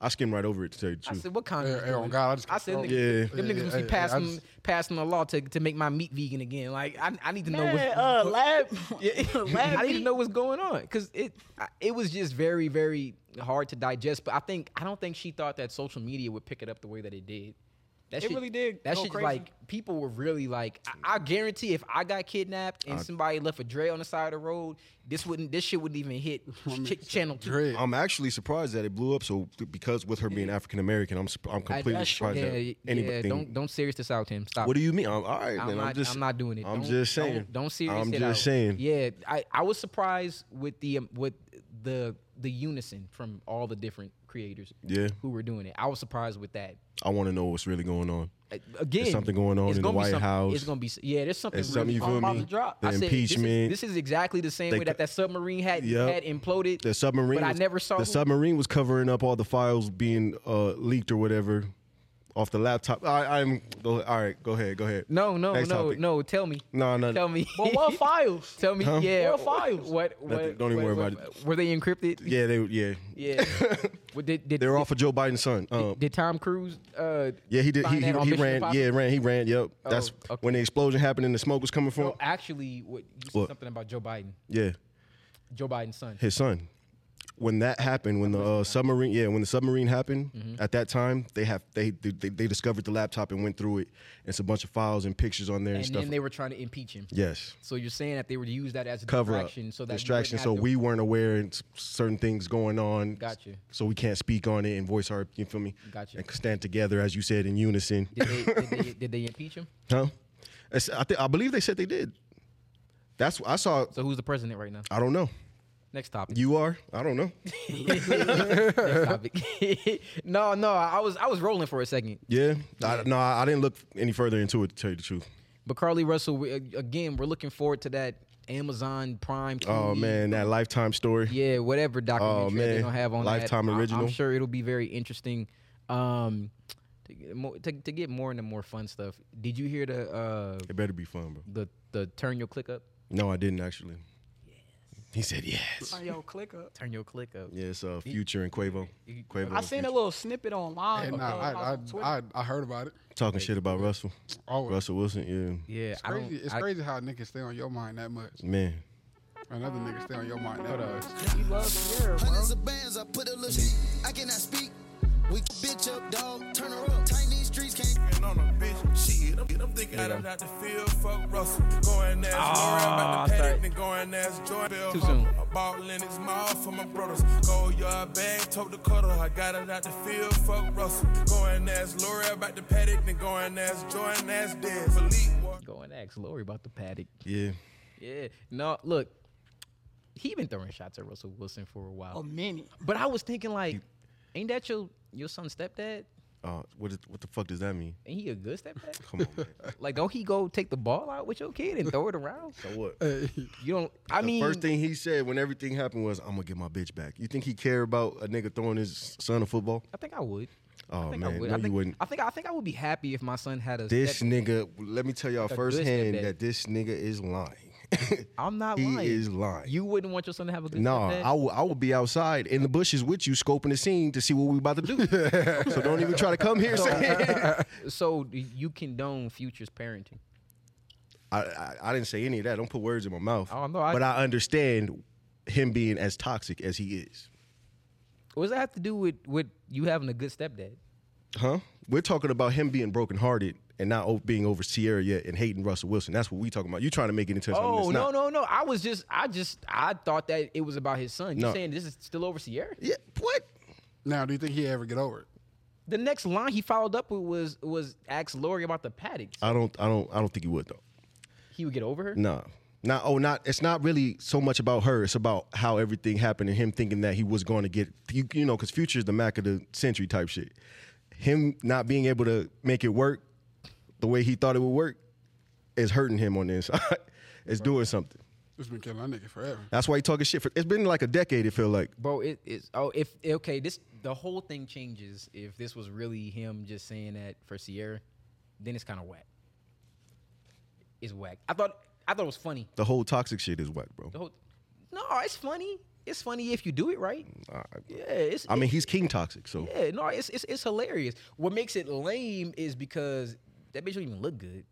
B: I skimmed right over it to tell you the
A: I
D: Hmm.
B: truth.
A: said, "What kind
C: Hey,
A: of?"
C: hey, on God, I just
A: I said,
C: got-
A: niggas,
B: Yeah.
A: them
C: Yeah,
A: niggas must be
C: yeah, yeah, I
A: passing
C: just-
A: passing the law to to make my meat vegan again. Like, I, I need to know [LAUGHS]
D: Man,
A: what's
D: uh, lab, [LAUGHS]
A: [LAUGHS]
D: lab.
A: I need to
D: meat.
A: know what's going on because it I- it was just very very hard to digest. But I think I don't think she thought that social media would pick it up the way that it did. That
D: It really did
A: That
D: go
A: shit
D: crazy.
A: like people were really like. I, I guarantee if I got kidnapped
D: Uh,
A: and somebody left a Dre on the side of the road, this wouldn't this shit wouldn't even
D: [LAUGHS]
A: hit ch- channel two.
C: Dread.
B: I'm actually surprised that it blew up. So because with her being African American, I'm sup- I'm completely
A: that's-
B: surprised
A: yeah,
B: that
A: yeah,
B: anything.
A: don't don't serious this out, Tim. Stop.
B: what do you mean? I'm, all right,
A: I'm
B: then.
A: not,
B: I'm just.
A: I'm not doing it.
B: I'm
A: Don't-
B: just saying.
A: Don't, don't serious
B: I'm
A: it
B: just
A: out.
B: saying.
A: Yeah, I, I was surprised with the um, with the the unison from all the different creators.
B: Yeah.
A: who were doing it. I was surprised with that.
B: I want to know what's really going on.
A: Uh, Again,
B: something going on
A: it's
B: in the
A: gonna be
B: White
A: something-
B: House.
A: It's gonna be s- yeah. There's something.
B: It's something
A: really
B: you
A: wrong.
B: feel
D: about
B: me?
D: to drop.
B: The
A: I said, this is-
B: impeachment.
A: This is, exactly the same
B: They
A: way
B: cou-
A: that that submarine had
B: Yep.
A: had imploded.
B: the submarine.
A: but I
B: was-
A: never saw
B: the
A: who-
B: submarine was covering up all the files being uh, leaked or whatever off the laptop. I, I'm go, all right. Go ahead. Go ahead.
A: No, no,
B: Next
A: no,
B: topic.
A: no. Tell me.
B: No, no.
A: Tell me. [LAUGHS]
D: But what files?
A: Tell me. Yeah.
D: What files?
A: What? what
B: Nothing. Don't even
A: what-
B: worry
A: what-
B: about
A: Were they encrypted?
B: Yeah, they yeah.
A: Yeah.
G: What, did, did,
B: They're off of Joe Biden's son. Um,
G: did, did Tom Cruise? Uh,
B: yeah, he did.
G: find
B: He,
G: that
B: he,
G: on
B: he
G: Mission
B: ran.
G: Impossible?
B: Yeah, ran. He ran. Yep.
A: Oh,
B: That's
G: okay.
B: when the explosion happened and the smoke was coming from.
A: No, actually, what you said
B: What?
A: something about Joe Biden,
B: yeah,
A: Joe Biden's son.
B: his son. When that happened, when the uh, submarine, yeah, when the submarine happened,
A: Mm-hmm.
B: at that time they have they, they they discovered the laptop and went through it. It's a bunch of files and pictures on there and,
A: And
B: stuff.
A: then they were trying to impeach him.
B: yes,
A: So you're saying that they would use that as a
B: cover
A: distraction,
B: up
A: so that you
B: distraction,
A: wouldn't
B: so
A: have to-
B: we weren't aware and s- certain things going on.
A: Gotcha.
B: So we can't speak on it and voice our, you feel me?
A: Gotcha.
B: And stand together as you said in unison.
A: Did they, did, they, did they impeach him?
B: Huh? It's- I, thi- I believe they said they did. That's I saw.
A: So who's the president right now?
B: I don't know.
A: Next topic.
B: You are. I don't [LAUGHS] know.
A: Next topic. [LAUGHS] no, no, I was I was rolling for a second,
B: Yeah. I, no, I, I didn't look any further into it to tell you the truth.
A: but Carly Russell. We, again, we're looking forward to that Amazon Prime.
B: Oh
A: TV,
B: man, that lifetime story.
A: Yeah, whatever documentary they're
B: Oh, man.
A: gonna have on
B: Lifetime
A: that. I-
B: original.
A: I'm sure it'll be very interesting. Um, to get more, to, to get more into more fun stuff. Did you hear the uh
B: It better be fun, bro.
A: the the turn your click up?
B: No, I didn't actually. He said yes.
D: Yo, click up.
A: Turn your click up.
B: Yeah, it's uh, Future and Quavo. Quavo.
D: I seen a little snippet
B: Oh,
D: online.
C: And
D: of
C: nah,
D: Clubhouse
C: I,
D: on Twitter.
C: I, I, I heard about it.
B: talking shit about Russell.
C: Oh, it's
B: Russell Wilson. Yeah.
A: Yeah, I don't.
C: crazy. It's
A: I-
C: crazy how niggas stay on your mind that much.
B: Man.
C: Another nigga stay on your mind that much.
D: You love Sierra, bro.
E: Hundreds of bands, I put a little shit. I cannot speak. We bitch up, dog. Turn her up. Tighten these streets, can't
H: And on a bitch, shit. I'm, I'm thinking I'm not to feel fuck Russell. Going as Lauren about the paddock,
G: sorry.
H: then going as Joy Bell.
A: Ah, Too soon.
H: I bought Lennox Mall for my brothers. Go yard bag, told the cuddle. I got it out the field, fuck Russell. Going as Lauren about the paddock, then going as Joy and as dead. Philippe walk-
A: Go and ask Lori about the paddock.
B: Yeah.
A: Yeah. No, look, he been throwing shots at Russell Wilson for a while.
D: A minute.
A: But I was thinking like, ain't that your your son's stepdad?
B: Uh, what is, what the fuck does that mean?
A: Ain't he a good stepdad?
B: Come on. [LAUGHS] Man.
A: like, don't he go take the ball out with your kid and throw it
B: [LAUGHS]
A: around?
B: So what?
A: You don't. I
B: the
A: mean,
B: first thing he said when everything happened was, "I'm gonna get my bitch back." You think he care about a nigga throwing his son a football?
A: I think I would.
B: Oh
A: I think I
B: man,
A: would.
B: no,
A: I think,
B: you wouldn't.
A: I think I think I would be happy if my son had a.
B: this
A: step-
B: nigga, let me tell y'all
A: good
B: firsthand
A: stepdad.
B: that this nigga
A: [LAUGHS]
B: is lying.
A: I'm not
B: he
A: lying.
B: is lying.
A: You wouldn't want your son to have a good.
B: Nah,
A: stepdad?
B: I will. I will be outside in the bushes with you, scoping the scene to see what we about to do. so don't even try to
A: [LAUGHS]
B: come here.
A: uh,
B: saying-
A: So you condone Future's parenting?
B: [LAUGHS] I, I I didn't say any of that. Don't put words in my mouth.
A: Oh, no, I-
B: but I understand him being as toxic as he is.
A: What does that have to do with with you having a good stepdad?
B: Huh? We're talking about him being brokenhearted and not o- being over Sierra yet and hating Russell Wilson. That's what we talking about. You trying to make it into something
A: Oh
B: that's
A: no
B: not.
A: no no! I was just I just I thought that it was about his son. You
B: No.
A: saying this is still over Sierra?
B: Yeah, what?
C: Now, do you think he ever get over it?
A: The next line he followed up with was was ask Lori about the paddock.
B: I don't. I don't. I don't think he would though.
A: He would get over her.
B: Nah. Not oh not it's not really so much about her it's about how everything happened and him thinking that he was going to get you, you know cuz future is the mac of the century type shit. Him not being able to make it work the way he thought it would work is hurting him on the inside. [LAUGHS] it's doing something.
C: It's been killing that nigga forever.
B: That's why he talking shit for it's been like a decade it feel like.
A: Bro, it is. Oh, if okay, this the whole thing changes if this was really him just saying that for Sierra, then it's kind of whack. It's whack. I thought I thought it was funny.
B: The whole toxic shit is whack, bro.
A: The whole, no, it's funny. It's funny if you do it right. yeah, it's.
B: I mean, he's king toxic, so
A: yeah, no, it's, it's it's hilarious. What makes it lame is because that bitch don't even look good.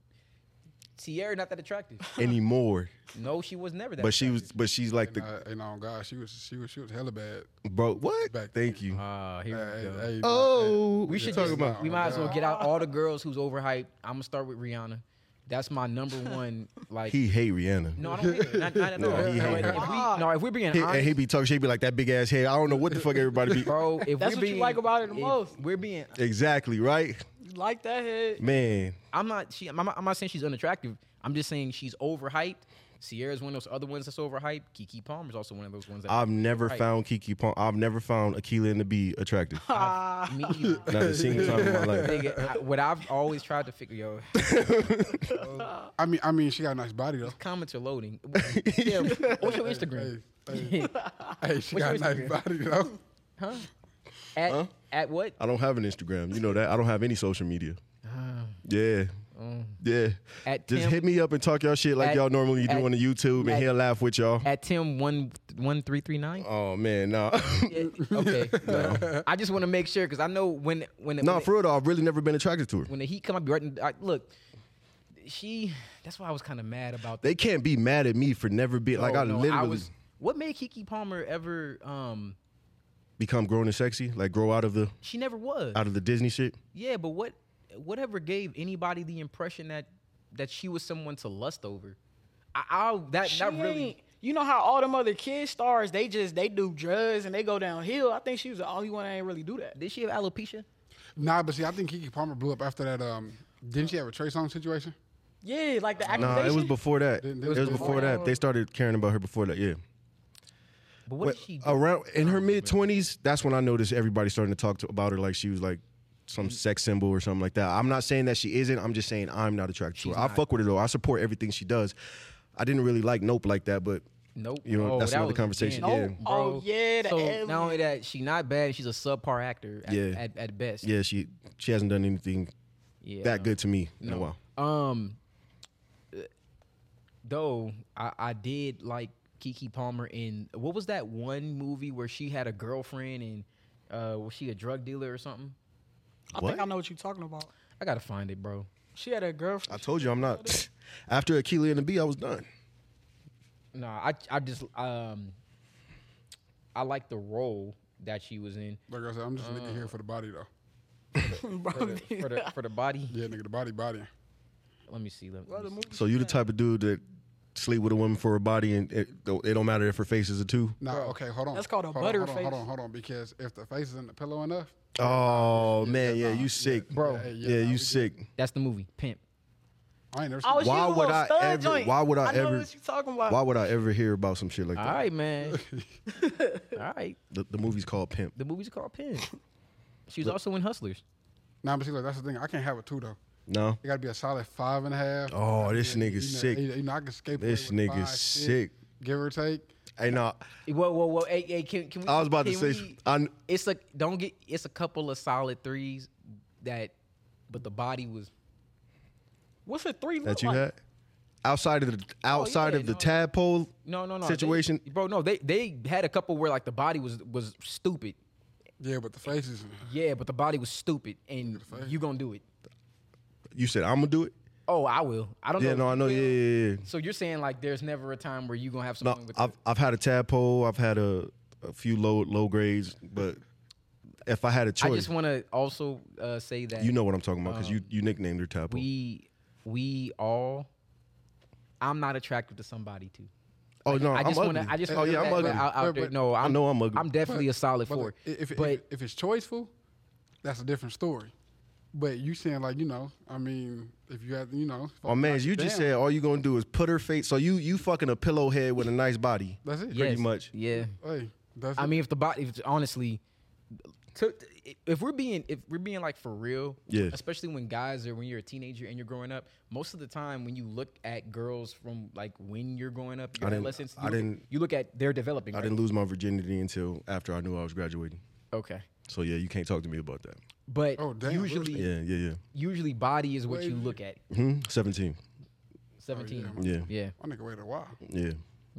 A: Sierra not that attractive.
B: anymore.
A: no, she was never that.
B: But she was but she's like the
C: Uh, and on God, she was she was she was hella bad.
B: bro, what?
C: Back
B: Thank you.
A: Ah, here we go.
C: Hey, hey,
B: Oh,
A: We should
C: talk
A: just,
C: about-
A: we might as well get out all the girls who's overhyped. I'm gonna start with Rihanna. That's my
D: [LAUGHS]
A: number one. Like,
B: he hate Rihanna.
A: no, I don't hate her. Not, not at
B: No,
A: all.
B: he
A: No,
B: hate
A: if
B: her.
A: we, no, if we're being
B: He- and
A: honest,
B: he be talking shit, he be like that big ass head. I don't know what the fuck everybody be.
A: bro, if we're
D: That's what you
A: being,
D: like about it the
A: if
D: most.
A: We're being.
B: exactly right,
D: You like that
A: Mm,
D: head?
B: man.
A: I'm not. She. I'm, not- I'm not saying she's unattractive. I'm just saying she's overhyped. Sierra's one of those other ones that's overhyped. Kiki Palmer's also one of those ones that
B: I've never
A: Right.
B: found Kiki Palmer. I've never found Akilah and the Bee attractive. Ah. [LAUGHS] Not
A: me either.
B: a single time in my life.
A: [LAUGHS] Nigga, I- what I've always tried to figure, yo,
C: I mean, I mean, she got a nice body though.
A: comments are
B: [LAUGHS]
A: loading. Yeah, what's your Instagram?
C: Hey, hey, she
A: What's
C: got a
A: your
C: nice body though.
A: At at what?
B: I don't have an Instagram. You know that. I don't have any social media. yeah. Yeah.
A: Ah. Mm. At
B: Just
A: Tim-
B: hit me up and talk y'all shit like
A: at-
B: y'all normally do
A: at-
B: on the YouTube, and
A: at-
B: he'll laugh with y'all.
A: At Tim one one three three nine.
B: oh man, nah, [LAUGHS]
A: Okay. I just want to make sure because I know when when
B: nah.
A: when
B: For real, though, I've really never been attracted to her.
A: when the heat come, I be right. In, I, look, she. That's why I was kind of mad about.
B: They can't be mad at me for never being like
A: Oh,
B: I
A: no,
B: literally
A: was, what made Kiki Palmer ever? Um,
B: become grown and sexy, like grow out of the
A: she never was.
B: out of the Disney shit.
A: yeah, but what? Whatever gave anybody the impression that that she was someone to lust over. I, I that
D: She
A: that really.
D: ain't- You know how all them other kid stars, they just they do drugs and they go downhill. I think she was the only one that ain't really do that.
A: Did she have alopecia?
C: Nah, but see, I think Kiki Palmer blew up after that. Um, didn't she have a Trey Song situation?
D: Yeah, like the accusation.
B: Nah, it was before that. It
C: Didn't-
B: was before that. They started caring about her before that. Yeah.
A: But what
B: But
A: did Oh, she? Do?
B: around in her mid twenties, that's when I noticed everybody starting to talk to, about her like she was like some
A: Mm.
B: sex symbol or something like that. I'm not saying that she isn't. I'm just saying I'm not attracted to her. I fuck with her though. I support everything she does. I didn't really like Nope like that, but
A: Nope.
B: You know,
A: Oh,
B: that's
A: that
B: another
A: was-
B: conversation,
A: man,
B: yeah.
A: nope,
D: Oh,
A: bro.
D: yeah, the
A: So
D: alien.
A: not only that, she not bad. She's a subpar actor at,
B: Yeah.
A: at, at best.
B: yeah, she she hasn't done anything
A: Yeah,
B: that
A: no.
B: good to me in a while.
A: Um, uh, though I, I did like Kiki Palmer in what was that one movie where she had a girlfriend and uh, was she a drug dealer or something?
D: I
B: What?
D: think I know what you're talking about.
A: I gotta find it, bro.
D: She had a
B: I
D: girlfriend. [LAUGHS]
B: told you I'm not. [LAUGHS] After Akilah and the Bee, I was done.
A: No, I I just um, I like the role that she was in
C: Like I said, I'm just a
D: Uh.
C: nigga here for the body though.
A: for the, for the, for the
B: [LAUGHS]
A: body.
C: Yeah, nigga, the body, body.
A: Let me see. Let me see.
B: So you the type of dude that sleep with a woman for her body and it, it don't matter if her face is a two.
C: Nah, okay, hold on.
D: That's called a
C: hold on,
D: butter
C: hold on, Hold
D: face.
C: on, hold on, because if the face is in the pillow enough,
B: Oh man, yeah, you sick,
A: Bro.
B: Yeah, you sick.
A: That's the movie
B: [LAUGHS]
A: Pimp.
C: I ain't never
D: [LAUGHS] Oh,
C: seen.
D: she
B: Why
D: was
B: would
D: a little
B: I
D: stud
B: ever-
D: joint.
B: why would I
D: know
B: ever-
D: what you talking about?
B: Why would I ever hear about some shit like
A: All
B: that?
A: right,
B: [LAUGHS]
A: man. All right.
B: The, the movie's called Pimp.
A: The movie's called [LAUGHS] Pimp. She was also in Hustlers.
C: Nah, but see, look, that's the thing. I can't have a two though.
B: No.
C: It got to be a solid five and a half.
B: Oh, this
C: Yeah,
B: nigga's
C: you know,
B: sick.
C: You know, you know, I can escape. away
B: This
C: with
B: nigga's
C: five,
B: sick.
C: Give or take.
B: Hey, no,
A: Whoa, whoa, whoa! Hey, hey, can, can we?
B: I was about to
A: can
B: say.
A: we-
B: I kn-
A: it's a don't get. It's a couple of solid threes that, but the body was.
D: What's a three
B: that
D: look
B: you
D: like?
B: had outside of the
A: Oh,
B: outside
A: yeah,
B: of the
A: no.
B: tadpole.
A: No, no, no. they-
B: Situation.
A: bro. No, they they had a couple where like the body was was stupid.
C: Yeah, but the face is.
A: Yeah, but the body was stupid, and you gonna do it.
B: You said I'm gonna do it.
A: Oh, I will. I don't
B: Yeah,
A: know.
B: no, I know. Yeah, yeah, yeah.
A: So you're saying like there's never a time where you gonna have
B: No,
A: something with.
B: I've I've had a tadpole. I've had a a few low low grades, but if I had a
A: I
B: choice,
A: just want to also uh, say that
B: you know what I'm talking about because you you nicknamed her tadpole.
A: we we all. I'm not attracted to somebody too.
B: oh no,
A: I
B: I'm
A: just want to.
B: ugly.
A: I just.
B: oh
A: wanna
B: yeah,
A: put
B: I'm
A: that
B: ugly.
A: Out, out
C: But-
A: there.
C: but-
A: No, I'm,
B: know I'm ugly.
A: I'm definitely a solid
C: But
A: four.
C: if, if,
A: but
C: if, if it's choiceful, that's a different story. But you saying like you know, I mean, if you had you know. if I
B: Oh man,
C: knocked
B: you just
C: down,
B: said all you gonna do is put her face. So you you fucking a pillow head with a nice body.
C: That's it.
B: Pretty
A: yes,
B: much.
A: Yeah.
C: Hey, that's
A: I mean, if the body, if honestly, to, if we're being if we're being like for real,
B: Yeah.
A: Especially when guys or when you're a teenager and you're growing up, most of the time when you look at girls from like when you're growing up, your
B: I didn't-
A: adolescence,
B: I
A: you look at-
B: didn't-
A: You look at they're developing.
B: I
A: right?
B: didn't lose my virginity until after I knew I was graduating.
A: Okay.
B: So yeah, you can't talk to me about that.
A: But
C: Oh, damn, really?
A: usually,
B: Yeah, yeah, yeah.
A: usually body is what you
C: Wait.
A: look at.
B: hmm Seventeen.
A: Seventeen.
B: Oh, Yeah,
A: yeah.
C: I nigga waited a while.
B: yeah.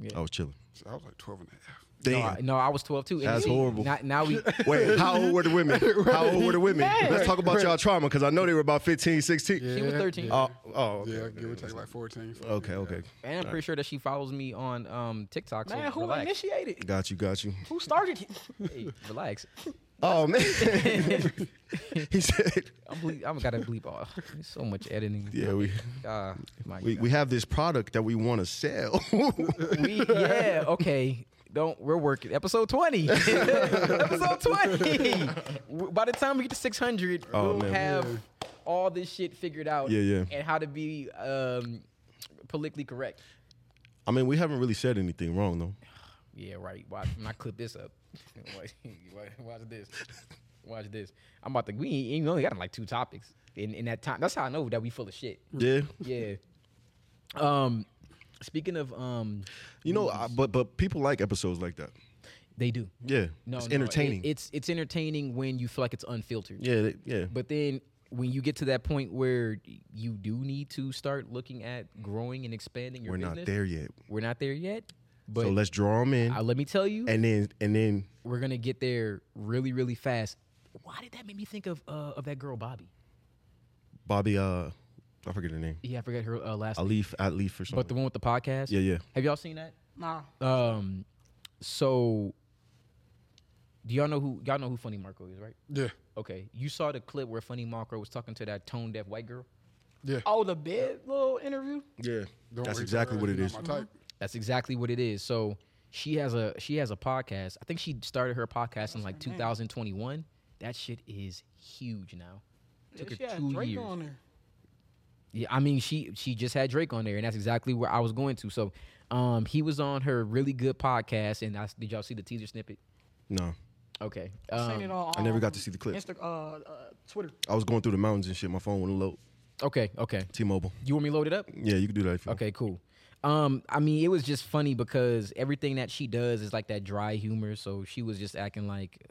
A: Yeah.
B: I was chilling.
C: So I was like 12 and a half.
B: Damn.
A: No, I, Uh, no, I was twelve too. And
B: That's
A: see,
B: horrible.
A: Now, now we
B: Wait, how old were the women? How old were the women?
D: Man.
B: Let's talk about y'all trauma because I know they were about 15, 16.
A: she
B: [LAUGHS]
A: was thirteen.
B: Oh, oh, okay.
C: Yeah, give or take like 14.
B: Okay, okay.
A: And I'm pretty sure that she follows me on um, TikTok. So
D: Man, who
A: relax.
D: initiated?
B: Got you, got you.
D: Who started it?
A: Hey, relax.
B: Oh man. he said,
A: I'm, ble- I'm gotta bleep all. There's so much editing.
B: "Yeah, we
A: Ah, my
B: we,
A: God.
B: we have this product that we want to sell." [LAUGHS]
A: We- yeah. Okay. Don't. We're working. Episode
B: [LAUGHS]
A: 20. Episode 20. W- By the time we get to 600,
B: Oh,
A: we'll
B: man.
A: have all this shit figured out.
B: Yeah, yeah.
A: And how to be um, politically correct.
B: I mean, we haven't really said anything wrong though.
A: Yeah, right. Watch, when I clip this up, [LAUGHS] watch, watch this. Watch this. I'm about to. We ain't, ain't only got like two topics in, in that time. That's how I know that we full of shit.
B: Yeah.
A: Yeah. Um, speaking of um,
B: You know, I, but but people like episodes like that.
A: they do.
B: Yeah.
A: No,
B: it's
A: no, it-
B: entertaining.
A: it's it's entertaining when you feel like it's unfiltered.
B: yeah, they- yeah.
A: But then when you get to that point where you do need to start looking at growing and expanding your
B: We're
A: business,
B: not there yet.
A: We're not there yet, but
B: so let's draw them in,
A: I, let me tell you,
B: and then and then
A: we're gonna get there really, really fast. Why did that make me think of uh, of that girl Bobby?
B: Bobby. Uh, I forget her name.
A: Yeah, I forget her uh, last.
B: I
A: name.
B: leave. I leave for something.
A: But the one with the podcast.
B: yeah, yeah.
A: Have y'all seen that?
D: Nah.
A: Um, so do y'all know who y'all know who Funny Marco is, right?
C: Yeah,
A: Okay, you saw the clip where Funny Marco was talking to that tone deaf white girl.
C: yeah.
D: Oh, the bed little interview.
B: Yeah,
C: Don't
B: that's
C: worry,
B: exactly
C: girl,
B: what it
C: you're
B: is.
C: not My type.
A: That's exactly what it is. So she has a she has a podcast. I think she started her podcast in like 2021. That shit is huge now. Took
D: Yeah, she
A: her
D: had
A: two
D: Drake
A: years.
D: on there.
A: Yeah, I mean she she just had Drake on there, and that's exactly where I was going to. So, um, he was on her really good podcast, and I did y'all see the teaser snippet?
B: No,
A: Okay,
D: Seen it
A: um,
D: on,
B: I never got
D: um,
B: to see the clip.
D: Insta, uh, uh, Twitter.
B: I was going through the mountains and shit. My phone went low.
A: okay, okay.
B: T-Mobile.
A: You want me loaded up?
B: Yeah, you can do that. If you want.
A: Okay, cool. Um, I mean, it was just funny because everything that she does is like that dry humor. So she was just acting like,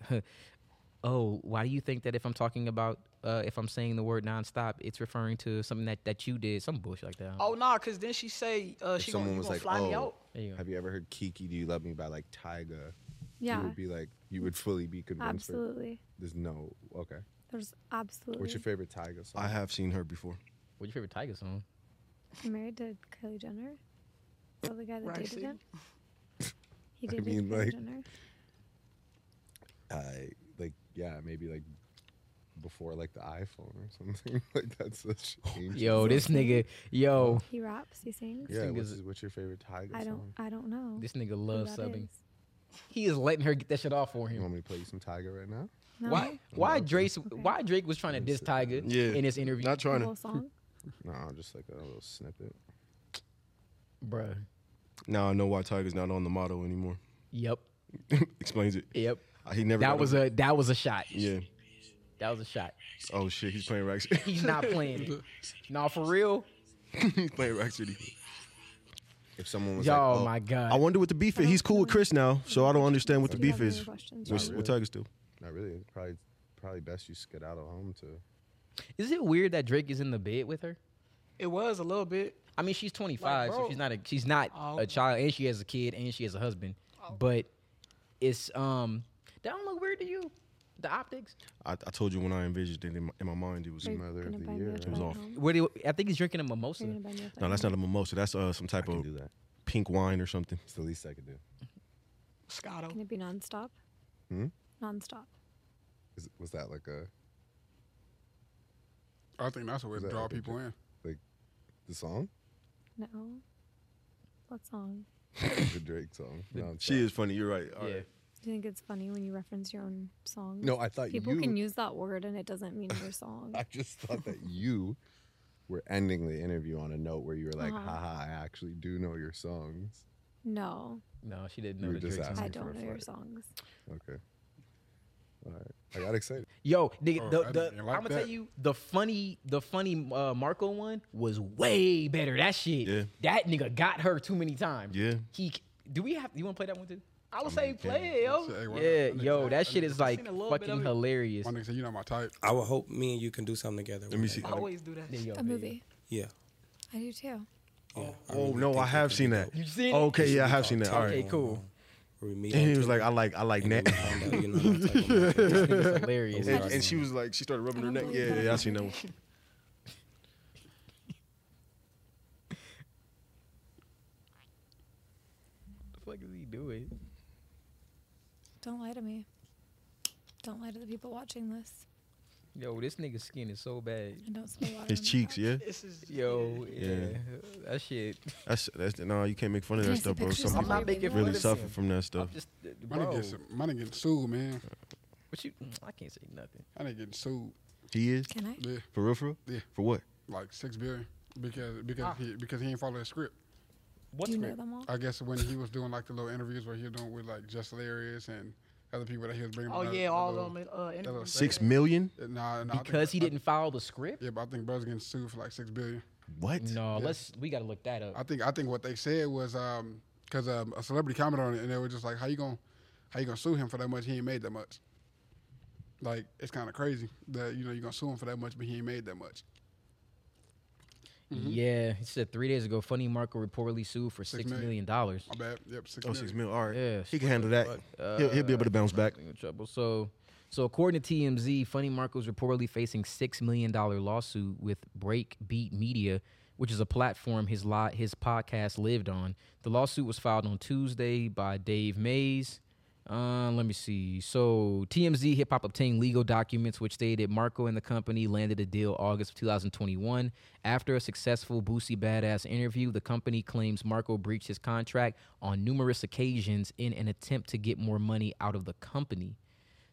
A: "Oh, why do you think that if I'm talking about, uh, if I'm saying the word nonstop, it's referring to something that that you did, some bullshit like that."
D: Oh nah, cause then she say uh,
I: If
D: she gonna,
I: someone
D: you
I: was
D: gonna
I: like,
D: fly me
I: "Oh,
D: out.
A: There you go.
I: have you ever heard "Kiki, Do You Love Me" by like Tyga?
J: Yeah,
I: you would be like, you would fully be convinced. that
J: absolutely.
I: There's no okay.
J: There's absolutely.
I: What's your favorite Tyga song?
B: I have seen her before.
A: What's your favorite Tiger song?
J: I'm married to Kylie Jenner. So the guy that
I: [LAUGHS]
D: Roxy?
J: dated him. He
I: I
J: dated
I: mean,
J: Kylie
I: like-
J: Jenner.
I: I like yeah, maybe like before like the iPhone or something. like that's such ancient.
A: Yo, this nigga, yo,
J: He raps. He sings.
I: Yeah,
A: thing
I: what's,
A: is-
I: his- what's your favorite Tyga
J: I don't.
I: song?
J: I don't know.
A: this nigga
J: who
A: loves
J: that
A: subbing.
J: is.
A: He is letting her get that shit off for
I: You
A: him.
I: want me to play you some Tyga right now?
J: No,
A: Why? Why Drake? Why Drake was trying to diss Tiger
B: Yeah.
A: in this interview,
B: Not
J: The
B: trying to.
J: whole song.
I: No, just like a little snippet.
A: bruh?
B: Now I know why Tiger's not on the motto anymore. [LAUGHS]
A: Yep,
B: Explains it. Uh,
A: yep.
B: He never.
A: That
B: got
A: was a that was a shot.
B: Yeah.
A: That was a shot.
B: Oh shit, he's playing Rack.
A: He's not playing it. Nah, for real.
B: [LAUGHS] he's playing Rack City.
I: If someone was
A: Yo,
I: like, oh,
A: my God.
B: I wonder what the beef is. He's cool with Chris now, so I don't understand what the
J: Do you
B: beef
J: have any
B: is.
J: other questions?
B: What's,
I: Not
B: What
I: really.
B: Tiger's do?
I: not really. It's probably probably best you skedaddle home to.
A: is it weird that Drake is in the bed with her?
D: It was a little bit.
A: I mean, she's 25, so
D: bro.
A: she's not a she's not
D: Oh.
A: a child, and she has a kid, and she has a husband.
J: Oh.
A: But it's um, that don't look weird to you. The optics.
B: I, I told you when I envisioned it in my, in my mind, it was.
J: Are you
B: No,
I: Mother of
J: gonna
I: the
J: buy me a
I: year,
J: flight
I: It
B: was off.
J: home?
A: What do you, I think he's drinking a
J: Are you
A: mimosa.
J: gonna buy me a flight
B: that's
J: home?
B: not a mimosa. That's uh, some type
I: I can
B: of
I: do that.
B: pink wine or something.
I: It's the least I could do.
D: Scotto.
J: Can it be nonstop?
I: Hmm?
J: Nonstop.
I: Is, was that like a
C: I think that's a way
I: Is
C: to
I: that
C: draw
I: like a
C: people in.
I: the
A: [COUGHS]
I: song?
J: No. What song?
I: the Drake song. No,
B: She is funny. You're right. All
A: Yeah.
B: right.
J: Do you think it's funny when you reference your own song?
I: No, I thought
J: People
I: you.
J: can use that word and it doesn't mean
B: [LAUGHS]
J: your song.
I: I just thought that you were ending the interview on a note where you were like,
J: Uh-huh.
I: haha, I actually do know your songs.
J: No,
A: No, she didn't
I: You
A: know
I: were
A: the
I: just
A: Drake
I: asking.
A: song.
J: I
I: for a
J: don't know your
I: flight.
J: songs.
I: Okay. All right. I got excited.
A: Yo, nigga,
C: Oh,
A: the,
C: I
A: the,
C: didn't like
A: I'm gonna tell
C: that.
A: you the funny the funny uh, Marco one was way better. That shit.
B: Yeah.
A: That nigga got her too many times.
B: Yeah.
A: He do we have? You want to play that one too?
D: I would say play it, yo.
C: Say, hey, why not?
A: Yeah,
C: My nigga
A: yo,
C: said-
A: that shit is like
D: seen a little bit of
A: fucking
D: it.
A: hilarious.
C: My nigga said, "You're not my type."
K: I would hope me and you can do something together.
B: Let me see.
D: I always do that.
A: There you go,
J: A
A: there you
J: movie.
K: Yeah.
J: I do too.
K: yeah. I
B: Oh
K: really
B: no, I
K: think
B: have
K: we
B: seen
K: could
B: that. Oh,
K: go-
A: You seen it?
B: Okay, yeah, I have
C: [LAUGHS]
K: Talk
B: seen that.
K: to
B: All
K: him,
B: right.
A: Okay,
B: [LAUGHS]
A: cool.
K: where we meet
B: And he
K: on
B: was like,
K: Tinder,
B: I like, I like
K: and then we
B: that.
K: found out, you know, what type of man-
A: go. It's hilarious.
K: Yeah.
B: And, and she was like, she started rubbing her
J: I
B: neck.
J: don't
B: Yeah,
J: believe
B: yeah, I
J: that.
B: seen that one.
A: the fuck is he doing?
J: [LAUGHS] Don't lie to me. Don't lie to the people watching this.
A: Yo, this nigga's skin is so bad.
J: And don't spill water.
B: His
J: on
B: cheeks, yeah.
D: This is
A: Yo, yeah,
B: Yeah.
A: that shit. [LAUGHS]
B: That's that's no, you can't make fun of that
J: Can I see
B: stuff, bro.
J: pictures
B: Some
J: of
A: I'm
B: people
A: not
J: Really
A: making fun
B: really
A: of
B: suffer
A: him.
B: from that
A: I'm
B: stuff.
A: just,
C: My nigga,
A: bro,
C: get some, my nigga getting sued, man.
A: what you? I can't say nothing.
C: My nigga getting sued.
B: He is
J: Can I?
C: Yeah,
B: for real, for real.
C: Yeah.
B: For what?
C: like six billion because because he because he ain't follow the script.
A: What's
J: do you know
A: great?
J: them all?
C: I guess when he was doing like the little interviews where he was doing with like Just Hilarious and other people that he was bringing.
D: Oh
C: on that-
D: yeah,
C: that
D: all
C: little-
D: of them. Uh, interviews.
B: Six million?
C: Uh, Nah, nah, I think-
A: Because he
C: I-
A: didn't follow the script.
C: Yeah, but I think Buzz getting sued for like six billion.
B: What?
A: No, let's. We gotta look that
C: I
A: up.
C: think I think what they said was um because um, a celebrity commented on it and they were just like, how you gonna how you gonna sue him for that much? He ain't made that much. Like it's kind of crazy that you know you're gonna sue him for that much, but he ain't made that much. Mhm.
A: Yeah, he said three days ago, Funny Marco reportedly sued for
C: Six
A: six
C: million.
A: million dollars.
C: My bad. Yep, six
B: Oh,
C: million.
B: six mil. All right.
A: Yeah,
B: he can handle that. he'll, he'll be able to bounce back.
A: in trouble. So, so according to TMZ, Funny Marco's reportedly facing six million dollar lawsuit with Breakbeat Media, which is a platform his lot his podcast lived on. The lawsuit was filed on Tuesday by Dave Mays. Uh, let me see. So TMZ Hip Hop obtained legal documents which stated Marco and the company landed a deal August of 2021. After a successful Boosie Badass interview, the company claims Marco breached his contract on numerous occasions in an attempt to get more money out of the company.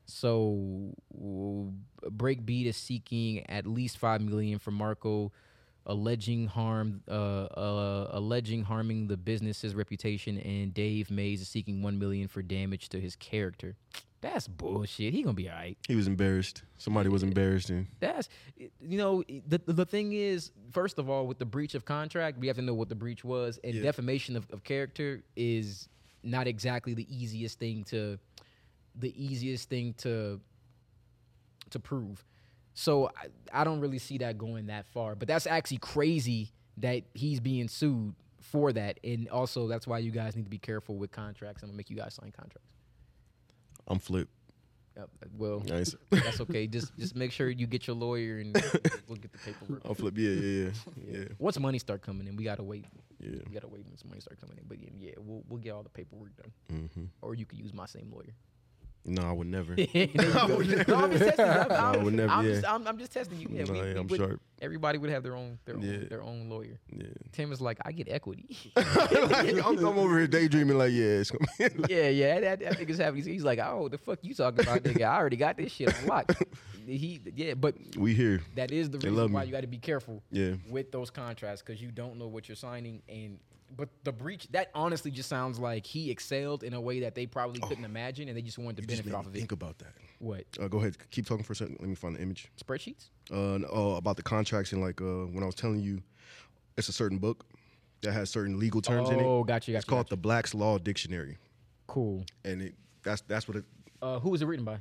A: So w- Breakbeat is seeking at least five million from Marco, alleging harm, uh, uh, alleging harming the business's reputation, and Dave Mays is seeking one million for damage to his character. That's bullshit. He gonna be alright.
B: He was embarrassed. Somebody was embarrassed and
A: That's you know the the thing is first of all with the breach of contract we have to know what the breach was and defamation of, of character is not exactly the easiest thing to the easiest thing to to prove. So I, I don't really see that going that far. But that's actually crazy that he's being sued for that. And also that's why you guys need to be careful with contracts. I'm gonna make you guys sign contracts.
B: I'm flipped.
A: Yep. Well,
B: Nice.
A: that's okay. Just just make sure you get your lawyer and we'll get the paperwork.
B: I'm flipped. Yeah, yeah, yeah, yeah.
A: Once money start coming in, we gotta wait.
B: Yeah.
A: We gotta wait once money start coming in. But yeah, yeah, we'll we'll get all the paperwork done.
B: Mm.
A: Or you could use my same lawyer.
B: Mm-hmm. No, I would
A: [LAUGHS]
B: never.
A: There you go. no, I'm just testing. you. I'm,
B: I
A: I'm,
B: would never,
A: I'm
B: yeah.
A: just, I'm, I'm just testing you. Yeah,
B: No,
A: we,
B: yeah,
A: we
B: I'm
A: would-
B: sharp.
A: Everybody would have their own their own,
B: Yeah.
A: their own lawyer.
B: Yeah.
A: Tim is like, I get [LAUGHS] equity.
B: I'm, I'm over here daydreaming like, yeah, it's gonna be [LAUGHS] like,
A: yeah, yeah. That, that nigga's having. He's like, oh, the fuck you talking about, nigga? I already got this shit on
B: [LAUGHS]
A: lock. He, yeah, but
B: we here.
A: that is the
B: They love
A: reason why
B: me.
A: you got to be careful
B: Yeah.
A: with those contracts because you don't know what you're signing and but the breach that honestly just sounds like he excelled in a way that they probably couldn't imagine and they just wanted to
B: Oh. Just
A: benefit
B: made
A: off
B: me
A: of
B: think
A: it.
B: about that.
A: What
B: Uh, go ahead. Keep talking for a second. Let me find the image.
A: spreadsheets?
B: Uh, n- oh, about the contracts and like uh, when I was telling you, it's a certain book that has certain legal terms in it.
A: Oh, gotcha,
B: It's
A: gotcha,
B: called the Black's Law Dictionary,
A: Cool.
B: and it that's that's what it.
A: Uh, who was it written by?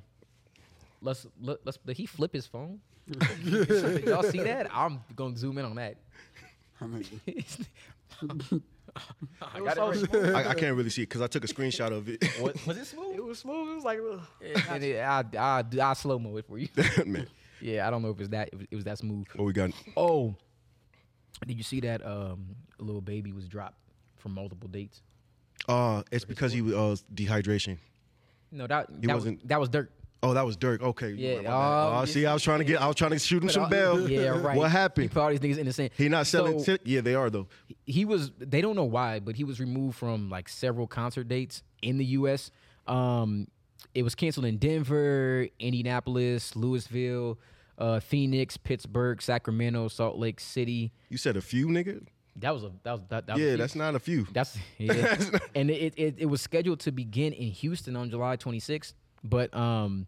A: Let's let, let's. Did he flip his phone? [LAUGHS] Did y'all see that? I'm gonna zoom in on that.
C: [LAUGHS]
A: [LAUGHS]
C: I mean,
A: I got it right.
B: [LAUGHS] I, I can't really see it because I took a screenshot of it.
A: What- was it smooth?
D: It was smooth. It was like, ugh.
A: And it- I I I slow mo it for you.
B: [LAUGHS]
A: [LAUGHS]
B: Man,
A: yeah, I don't know if it's that if it was that smooth.
B: what we got?
A: Oh, did you see that? Um, little baby was dropped from multiple dates.
B: Uh, it's because he was uh, dehydration.
A: No, that that was
B: wasn't-
A: that was Dirk.
B: Oh, that was Dirk. Okay.
A: Yeah,
B: My bad.
A: oh,
B: Oh,
A: you
B: see, I was trying to get. I was trying to shoot him some
A: [LAUGHS]
B: bail.
A: Yeah, right.
B: What
A: He
B: happened?
A: put all these niggas in the same.
B: He not selling.
A: So,
B: ti- yeah, they are though.
A: he was. They don't know why, but he was removed from like several concert dates in the U.S. Um, it was canceled in Denver, Indianapolis, Louisville, uh, Phoenix, Pittsburgh, Sacramento, Salt Lake City.
B: You said a few, nigga.
A: That was a that was that. that was
B: Yeah,
A: a-
B: that's not a few. [LAUGHS]
A: That's yeah. and it, it it was scheduled to begin in Houston on July 26th, but um,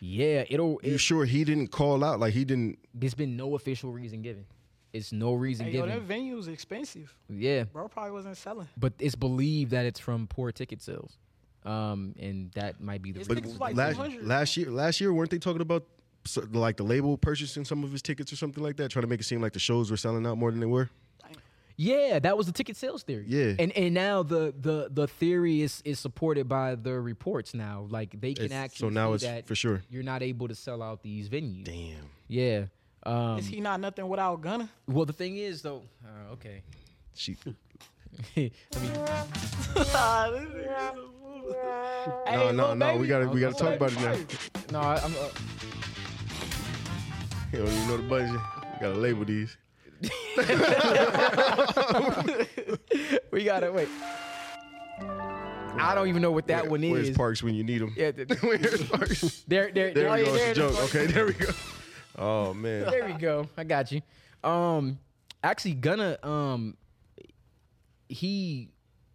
A: yeah, it'll.
B: You
A: It,
B: sure he didn't call out? Like he didn't.
A: there's been no official reason given. It's no reason
D: Hey, yo,
A: given.
D: that venue's expensive.
A: yeah,
D: Bro probably wasn't selling.
A: but it's believed that it's from poor ticket sales, um, and that might be the.
D: It's
B: But
D: Niggas was like
B: last
D: 200.
B: last year, last year, weren't they talking about so- like the label purchasing some of his tickets or something like that, trying to make it seem like the shows were selling out more than they were?
A: Yeah, that was the ticket sales theory.
B: Yeah.
A: and and now the the the theory is is supported by the reports now. Like they can
B: It's- so
A: actually
B: now
A: see
B: it's
A: that
B: for sure.
A: You're not able to sell out these venues.
B: Damn.
A: Yeah. Um,
D: Is he not nothing without Gunna? [LAUGHS]
A: well, the thing is though. Uh, okay.
B: She.
A: [LAUGHS] Let me-
B: No, no, no. We gotta we gotta talk about it now. [LAUGHS]
A: no, I- I'm. Uh, [LAUGHS]
B: You don't even know the budget. We gotta label these.
A: we gotta wait. I don't even know what that one
B: Where's
A: is.
B: Parks when you need them?
A: Yeah, th-
B: [LAUGHS]
A: th-
B: Where's Parks?
A: there, there,
B: There
A: oh,
B: we
A: yeah,
B: go.
A: there,
B: It's a joke. Okay, there we go. Oh man.
A: there we go. I got you. Um, actually, gonna um, he,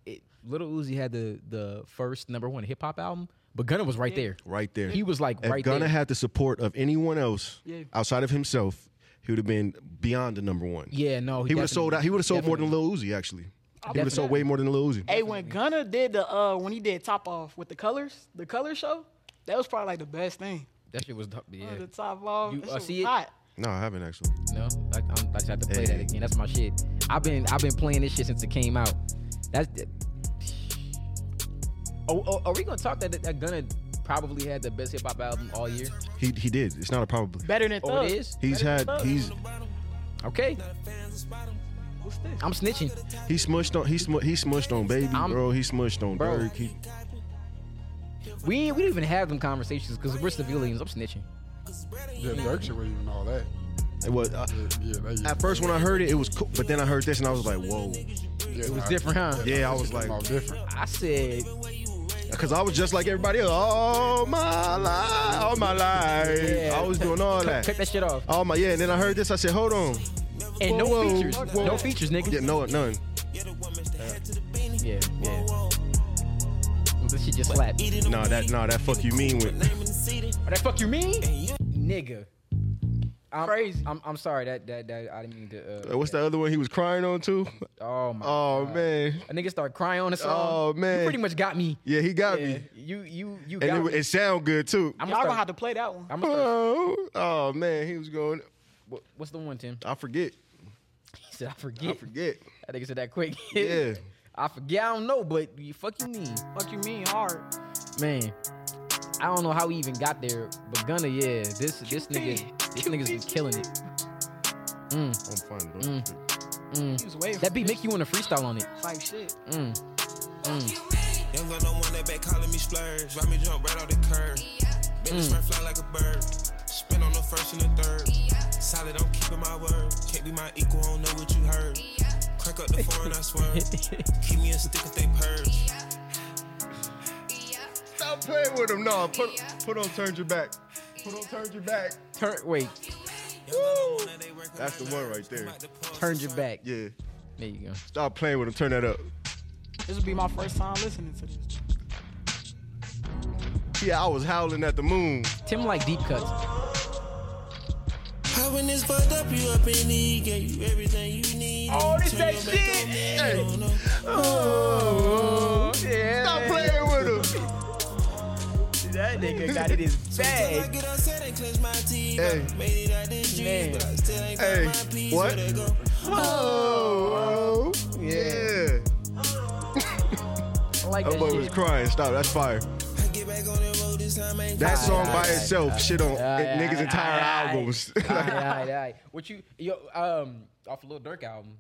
A: it, Little Uzi had the the first number one hip hop album, but Gunna was right there.
B: Right there.
A: He was like
B: if
A: right
B: Gunna
A: there.
B: had the support of anyone else
D: Yeah.
B: outside of himself, he would have been beyond the number one.
A: yeah, no,
B: He would have sold out. He would have sold more than
A: Little.
B: Lil Uzi actually. He would have sold way more than Lil Uzi.
D: Hey, when Gunna did the uh when he did Top Off with the colors, the color show, that was probably like the best thing.
A: That shit was dope. Yeah.
D: the top off.
A: You,
D: That
A: uh,
D: shit was
A: see it?
D: hot.
B: No, I haven't actually.
A: No, I, I'm, I just have to play that again. That's my shit. I've been I've been playing this shit since it came out. That's. The, oh, oh, are we gonna talk that that Gunna probably had the best hip hop album all year?
B: He he did. It's not a probably.
D: Better than
A: Oh,
D: Thug.
A: it is.
B: He's had he's
A: Okay,
D: What's this?
A: I'm snitching.
B: he smushed on he sm- he smushed on baby
A: I'm-
B: bro. He smushed on
A: Bro.
B: Dirk. He,
A: We ain't- we didn't even have them conversations because we're civilians. I'm snitching.
C: Yeah, Dirk shit wasn't even all that.
B: it was, uh,
C: Yeah, yeah, that, yeah.
B: at first when I heard it, it was cool, but then I heard this and I was like, whoa.
C: yeah,
A: It was different, huh?
B: Yeah, I was like,
C: all different.
A: I said
B: because I was just like everybody else. All my life, all my life,
A: Yeah.
B: I was doing all
A: cut, cut
B: that.
A: that shit off
B: All my yeah, and then I heard this. I said, hold on,
A: and no
B: Whoa,
A: features,
B: whoa.
A: no features, nigga.
B: yeah, no, none.
A: Yeah, yeah. This shit just slapped. Oh,
B: Nah, that nah, that fuck you mean with
A: that fuck you mean, nigga? I'm,
D: Crazy.
A: I'm, I'm sorry that that that I didn't mean to. Uh,
B: Uh, What's that other one he was crying on too?
A: Oh my.
B: Oh man,
A: A nigga start crying on a song.
B: Oh, man.
A: you pretty much got me.
B: yeah, he got
A: Yeah,
B: me,
A: you you you got
B: and it,
A: me.
B: it sound good too.
A: I'm
D: Y'all
A: gonna
D: gonna have
A: start.
D: to play that one.
A: I'm gonna start.
B: Oh, oh man, he was going.
A: what- What's the one, Tim? [LAUGHS]
B: I forget,
A: He said I
B: I
A: forget.
B: forget.
A: That nigga said that quick. [LAUGHS]
B: Yeah.
A: I forget. I don't know, but you fuck you mean,
D: Fuck you mean hard.
A: man. I don't know how he even got there, but Gunna, yeah, this this nigga, this nigga's been killing it. Mm,
B: I'm fine, bro.
D: He
A: mm.
D: was waiting.
A: That beat make you want to freestyle on it.
D: like shit.
A: Mm.
H: Young got no one that back calling me splurge. Ride me jump right off the curb.
K: Mm.
H: Make me spread fly like a bird. Spin on the first and the third. Solid, I'm keeping my word. Can't be my equal, I don't know what you heard. Crack up the foreign, I swear. Keep me a stick if they purge.
B: Stop playing with him. No, put put on, turn your back. Put on, turn your back.
A: Turn wait,
B: That's the one right there.
A: turn your back.
B: Yeah,
A: There you go.
B: stop playing with him. Turn that up.
D: This will be my first time listening to this.
B: Yeah, I was howling at the moon.
A: Tim like deep cuts.
H: How when it's fucked up, you up in the E, gave you everything you need.
A: Oh, this that shit.
B: Hey. Oh,
A: Yeah.
B: stop playing with him.
A: That nga got it his
H: I
A: bag.
H: get outside and cleanse my teeth.
B: Hey.
H: Made it out this dream,
A: Man.
H: but I still ain't
B: Hey,
H: got my peace.
B: what?
H: Where they go?
B: Oh, oh, yeah.
A: I like
B: That
A: that
B: boy
A: shit. [LAUGHS]
B: was crying. Stop. That's fire.
H: I get back on the road this time, ain't
B: That song by
A: aight,
B: itself shit on
A: Aight, aight,
B: niggas'
A: aight,
B: entire
A: aight,
B: albums. [LAUGHS]
A: aight, [LAUGHS] aight, aight. What you yo um off a Lil Durk album?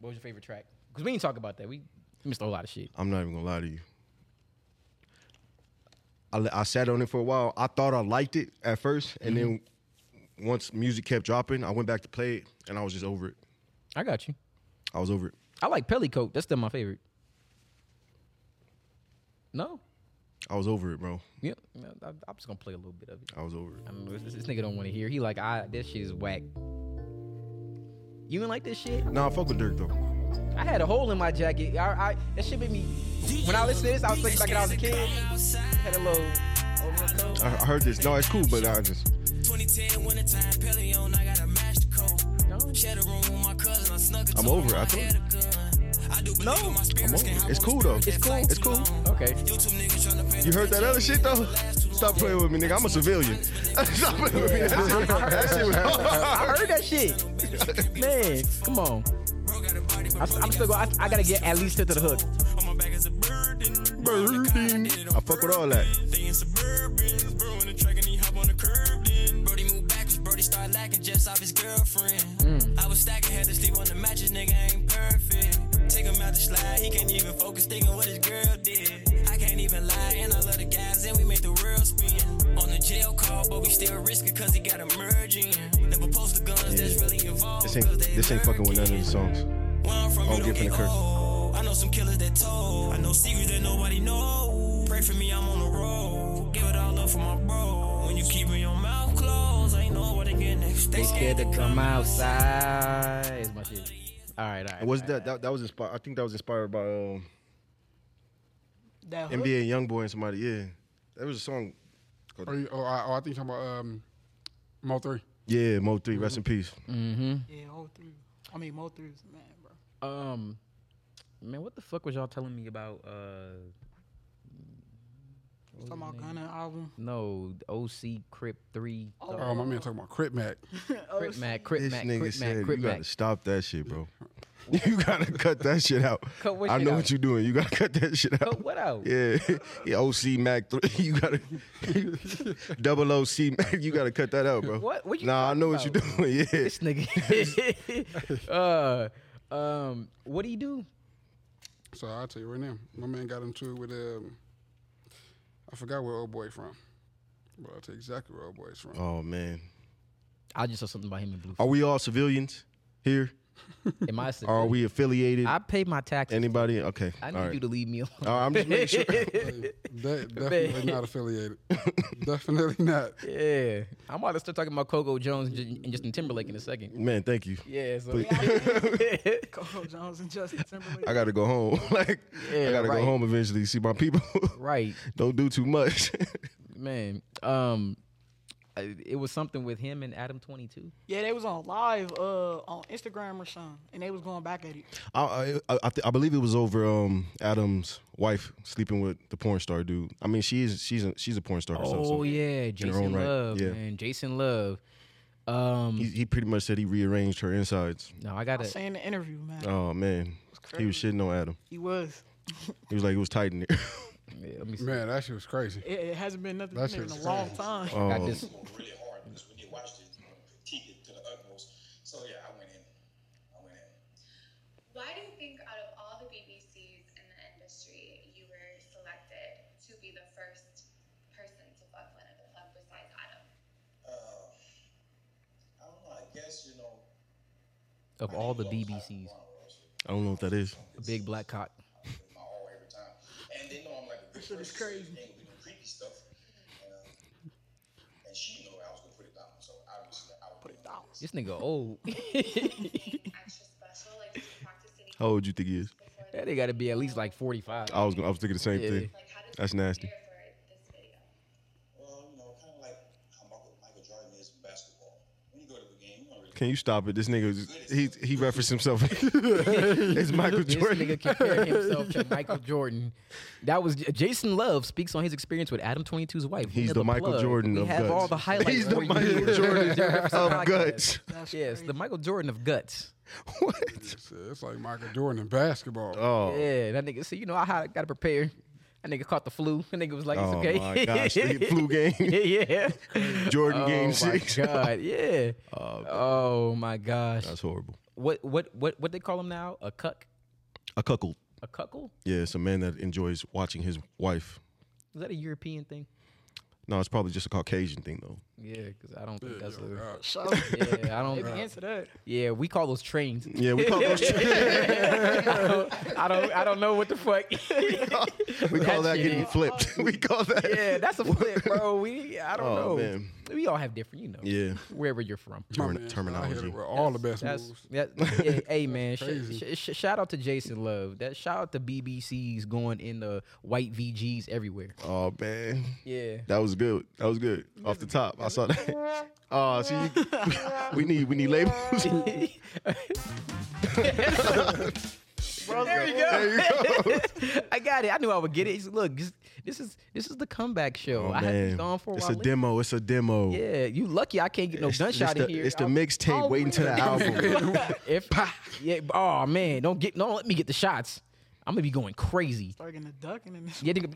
A: What was your favorite track? Because we didn't talk about that. We missed a whole lot of shit.
B: I'm not even gonna lie to you. I, li- I sat on it for a while. I thought I liked it at 1st and then once music kept dropping, I went back to play it, and I was just over it.
A: I got you.
B: I was over it.
A: I like Pellicoat. That's still my favorite. No.
B: I was over it, bro.
A: Yeah. No, I, I'm just gonna play a little bit of it.
B: I was over it.
A: I don't know, this, this nigga don't want to hear. He like, I this shit is whack. You didn't like this shit?
B: Nah, fuck with Dirk though.
A: I had a hole in my jacket. I, I that shit made me. When I listened to this, I was thinking back when I was a kid. Had a little.
B: I, I heard this. No, it's cool, but I just
L: 2010 wintertime Pelly on, I got a master coat. Share the room with my cousin, I snuck it
B: I'm
L: to
B: over it. I
L: him,
B: told
L: had a gun. I do believe in my
B: I'm
L: spirits
B: over
L: can
B: it.
L: help
B: It's
L: them
B: cool though.
L: spirits that fight
A: It's
L: too long.
A: Okay.
L: You two niggas tryna pay
B: You heard that other shit though? Stop playing with me, nigga. I'm a civilian. [LAUGHS] Stop playing with me. That shit, that shit was [LAUGHS]
A: I heard that [LAUGHS] shit. Man, come on. I, am still going. I, I gotta get at least to the hook.
B: Birding. I fuck with all that.
L: Brody moved backwards, Brody started lacking just off his girlfriend.
B: Mm.
L: I was stacking, had to sleep on the mattress, nigga I ain't perfect. Take him out the slide, he can't even focus, thinking what his girl did. I can't even lie, and I love the guys, and we make the world spin. On the jail call, but we still risk it cause he got a merge in. Never post the guns that's really involved.
B: This ain't this ain't fucking with none of the songs.
L: Where I'm from,
B: Oh,
L: you don't
B: get from
L: get
B: the curse.
L: old. I know some killers that told. I know secrets that nobody know. Pray for me, I'm on the road. Give it all up for my bro. When you keeping your mouth closed, ain't know what they get next. They scared to come out.
A: outside. Is my shit. All right, all right.
B: Was that that, that was inspired? I think that was inspired by um,
D: That hook.
B: NBA YoungBoy and somebody. Yeah, that was a song.
C: Or you, oh, I, oh, I think you're talking about um, Mo three.
B: Yeah, Mo 3 Rest in peace.
A: Mm-hmm.
D: Yeah, all three. I mean, Mo three is mad, bro.
A: Um, man, what the fuck was y'all telling me about? Uh,
D: Talking about Gunna album. [LAUGHS]
A: No, OC Crip Three. uh,
C: Oh, my man talking about Crip Mac.
A: Crip Mac, Crip
B: This
A: Mac,
B: nigga
A: Crip
B: said
A: Mac, Crip
B: you gotta
A: Mac.
B: stop that
A: [LAUGHS]
B: shit, bro. [LAUGHS] you gotta cut that shit out.
A: Cut what
B: I
A: shit
B: know
A: out?
B: what you're doing. You gotta [LAUGHS] cut that shit out.
A: Cut what out?
B: Yeah, [LAUGHS] yeah. OC Mac three. [LAUGHS] You gotta double OC Mac. You gotta cut that out, bro.
A: What- what you
B: nah, I
A: talking
B: know what you're doing. [LAUGHS] Yeah.
A: [LAUGHS] This nigga. [LAUGHS] uh, um, what do you do?
C: So I'll tell you right now, my man got into it with um, I forgot where old boy from, but I'll tell you exactly where old boy is from.
B: Oh man,
A: I just saw something about him in blue.
B: are we all civilians here?
A: Am I?
B: Are we affiliated?
A: I pay my taxes.
B: Anybody? Okay.
A: I need
B: all right.
A: you to leave me alone.
B: All right, I'm just making sure.
A: [LAUGHS]
C: De-
B: [LAUGHS]
C: definitely not affiliated. definitely not.
A: Yeah, I'm about to start talking about Coco Jones and Ju- and Justin Timberlake in a second.
B: Man, thank you.
A: Yeah, so
B: Please.
A: [LAUGHS]
D: Coco Jones and Justin Timberlake.
B: I gotta go home. [LAUGHS] like
A: Yeah,
B: I gotta
A: right.
B: go home eventually. See my people. [LAUGHS]
A: right,
B: Don't do too much. [LAUGHS]
A: man. Um, I- it was something with him and Adam 22.
D: Yeah, they was on live uh on Instagram or something, and they was going back at it.
B: I I, I, th- I believe it was over um Adam's wife sleeping with the porn star dude. I mean, she is she's a, she's a porn star. herself, so
A: Oh yeah,
B: own
A: Jason
B: right,
A: Love,
B: yeah.
A: man. Jason Love. Um,
B: He, he pretty much said he rearranged her insides.
A: no, I
D: I
A: gotta.
D: seen the interview, man.
B: Oh man, he was shitting on Adam.
D: He was.
B: He was like it was tight in there. [LAUGHS]
A: yeah, let me see.
C: Man, that shit was crazy.
D: It, it hasn't been nothing
C: That
D: been in a
C: shit's
D: long
C: crazy.
D: time.
B: Oh,
A: Got this.
H: really hard because when you watched it, you wanna critique it to the utmost. So yeah, I went in. I went in.
M: Why do you think out of all the BBCs in the industry, you were selected to be the first person to fuck one of the club besides Adam?
H: Uh, I don't know. I guess you know.
A: Of all the BBCs,
B: I don't know what that is.
A: Big Black Cock.
H: with my all every time. And they know I'm like a good person.
D: is crazy.
H: Ain't gonna do no creepy stuff. And, uh, and she knew I was gonna put it down. So obviously I would put it down.
A: This nigga old. [LAUGHS]
M: Extra special, like did you practice any
B: How old you think he Oh, is?
M: before
A: that
M: this?
A: they gotta be at least like 45.
B: I was gonna, I was thinking the same
A: Yeah.
B: thing.
M: Like how did
B: That's
M: you
B: nasty.
M: prepare for this video?
H: Well, you know, kind of like how Michael, Michael Jordan is in basketball. When you go to the game, you don't really.
B: Can you stop it? This nigga, was- he he referenced himself. [LAUGHS] it's Michael
A: This
B: Jordan.
A: nigga
B: [LAUGHS]
A: compared himself to Michael Jordan. That was Jason Love speaks on his experience with Adam 22's wife.
B: He's
A: Lena
B: the Michael
A: plug.
B: Jordan
A: we
B: of
A: have
B: guts. [LAUGHS]
A: all the highlights.
B: He's the
A: for you. [LAUGHS]
B: Michael Jordan
A: Your episode
B: of
A: podcast.
B: Oh, guts.
D: That's
A: Yes, the Michael Jordan of guts.
B: [LAUGHS] What?
C: It's, it's like Michael Jordan in basketball.
B: Oh,
A: Yeah, that nigga. So you know, I had, gotta prepare. That nigga caught the flu. That nigga was like, "It's
B: oh
A: okay."
B: my
A: [LAUGHS]
B: gosh! The flu game,
A: yeah, yeah.
B: Jordan game
A: oh my
B: six.
A: god, yeah. Oh, my gosh.
B: [LAUGHS] That's horrible.
A: What what what what they call him now? A cuck?
B: A cuckold.
A: A cuckle?
B: Yeah, it's a man that enjoys watching his wife.
A: Is that a European thing?
B: No, it's probably just a Caucasian thing though.
A: Yeah, because I don't think that's a.
D: So
A: Yeah, I
D: they be
A: don't.
D: into that.
A: Yeah, we call those trains.
B: Yeah, we call those
C: [LAUGHS]
A: I don't. [LAUGHS] I don't. I don't know what the [LAUGHS] fuck.
B: [LAUGHS] we call that
A: shit
B: getting
A: is-
B: flipped. [LAUGHS] we call that.
A: yeah, that's a flip, bro. We. I don't
B: Oh,
A: know.
B: man.
A: We all have different, you know.
B: Yeah.
A: Wherever you're from.
C: My
B: Termin-
C: man, I hit
B: terminology.
C: it with all the best
A: That's
C: moves.
A: that.
C: [LAUGHS]
A: Yeah, hey man, sh-
C: crazy.
A: sh- sh- shout out to Jason Love. That shout out to BBC's going in the white VGs everywhere.
B: Oh man,
A: Yeah.
B: that was good. That was good. Off the top, I saw that. [LAUGHS] Oh, see, [LAUGHS] you,
A: [LAUGHS]
B: we need we need labels.
A: there you go.
B: there you go.
A: [LAUGHS] I got it. I knew I would get it. He's like, Look, this, this is this is the comeback show. I had been gone for a
B: Oh, it's
A: while.
B: a demo. It's a demo.
A: Yeah, you lucky I can't get no
B: It's, it's
A: gunshot
B: the,
A: in here. Oh,
B: it's the
A: I'll-
B: mixtape waiting to the album.
A: [LAUGHS]
B: [LAUGHS]
A: if yeah, oh man, don't get don't let me get the shots. I'm gonna be going
B: [LAUGHS]
A: crazy.
D: Start getting the ducking in this.
A: Yeah, nigga.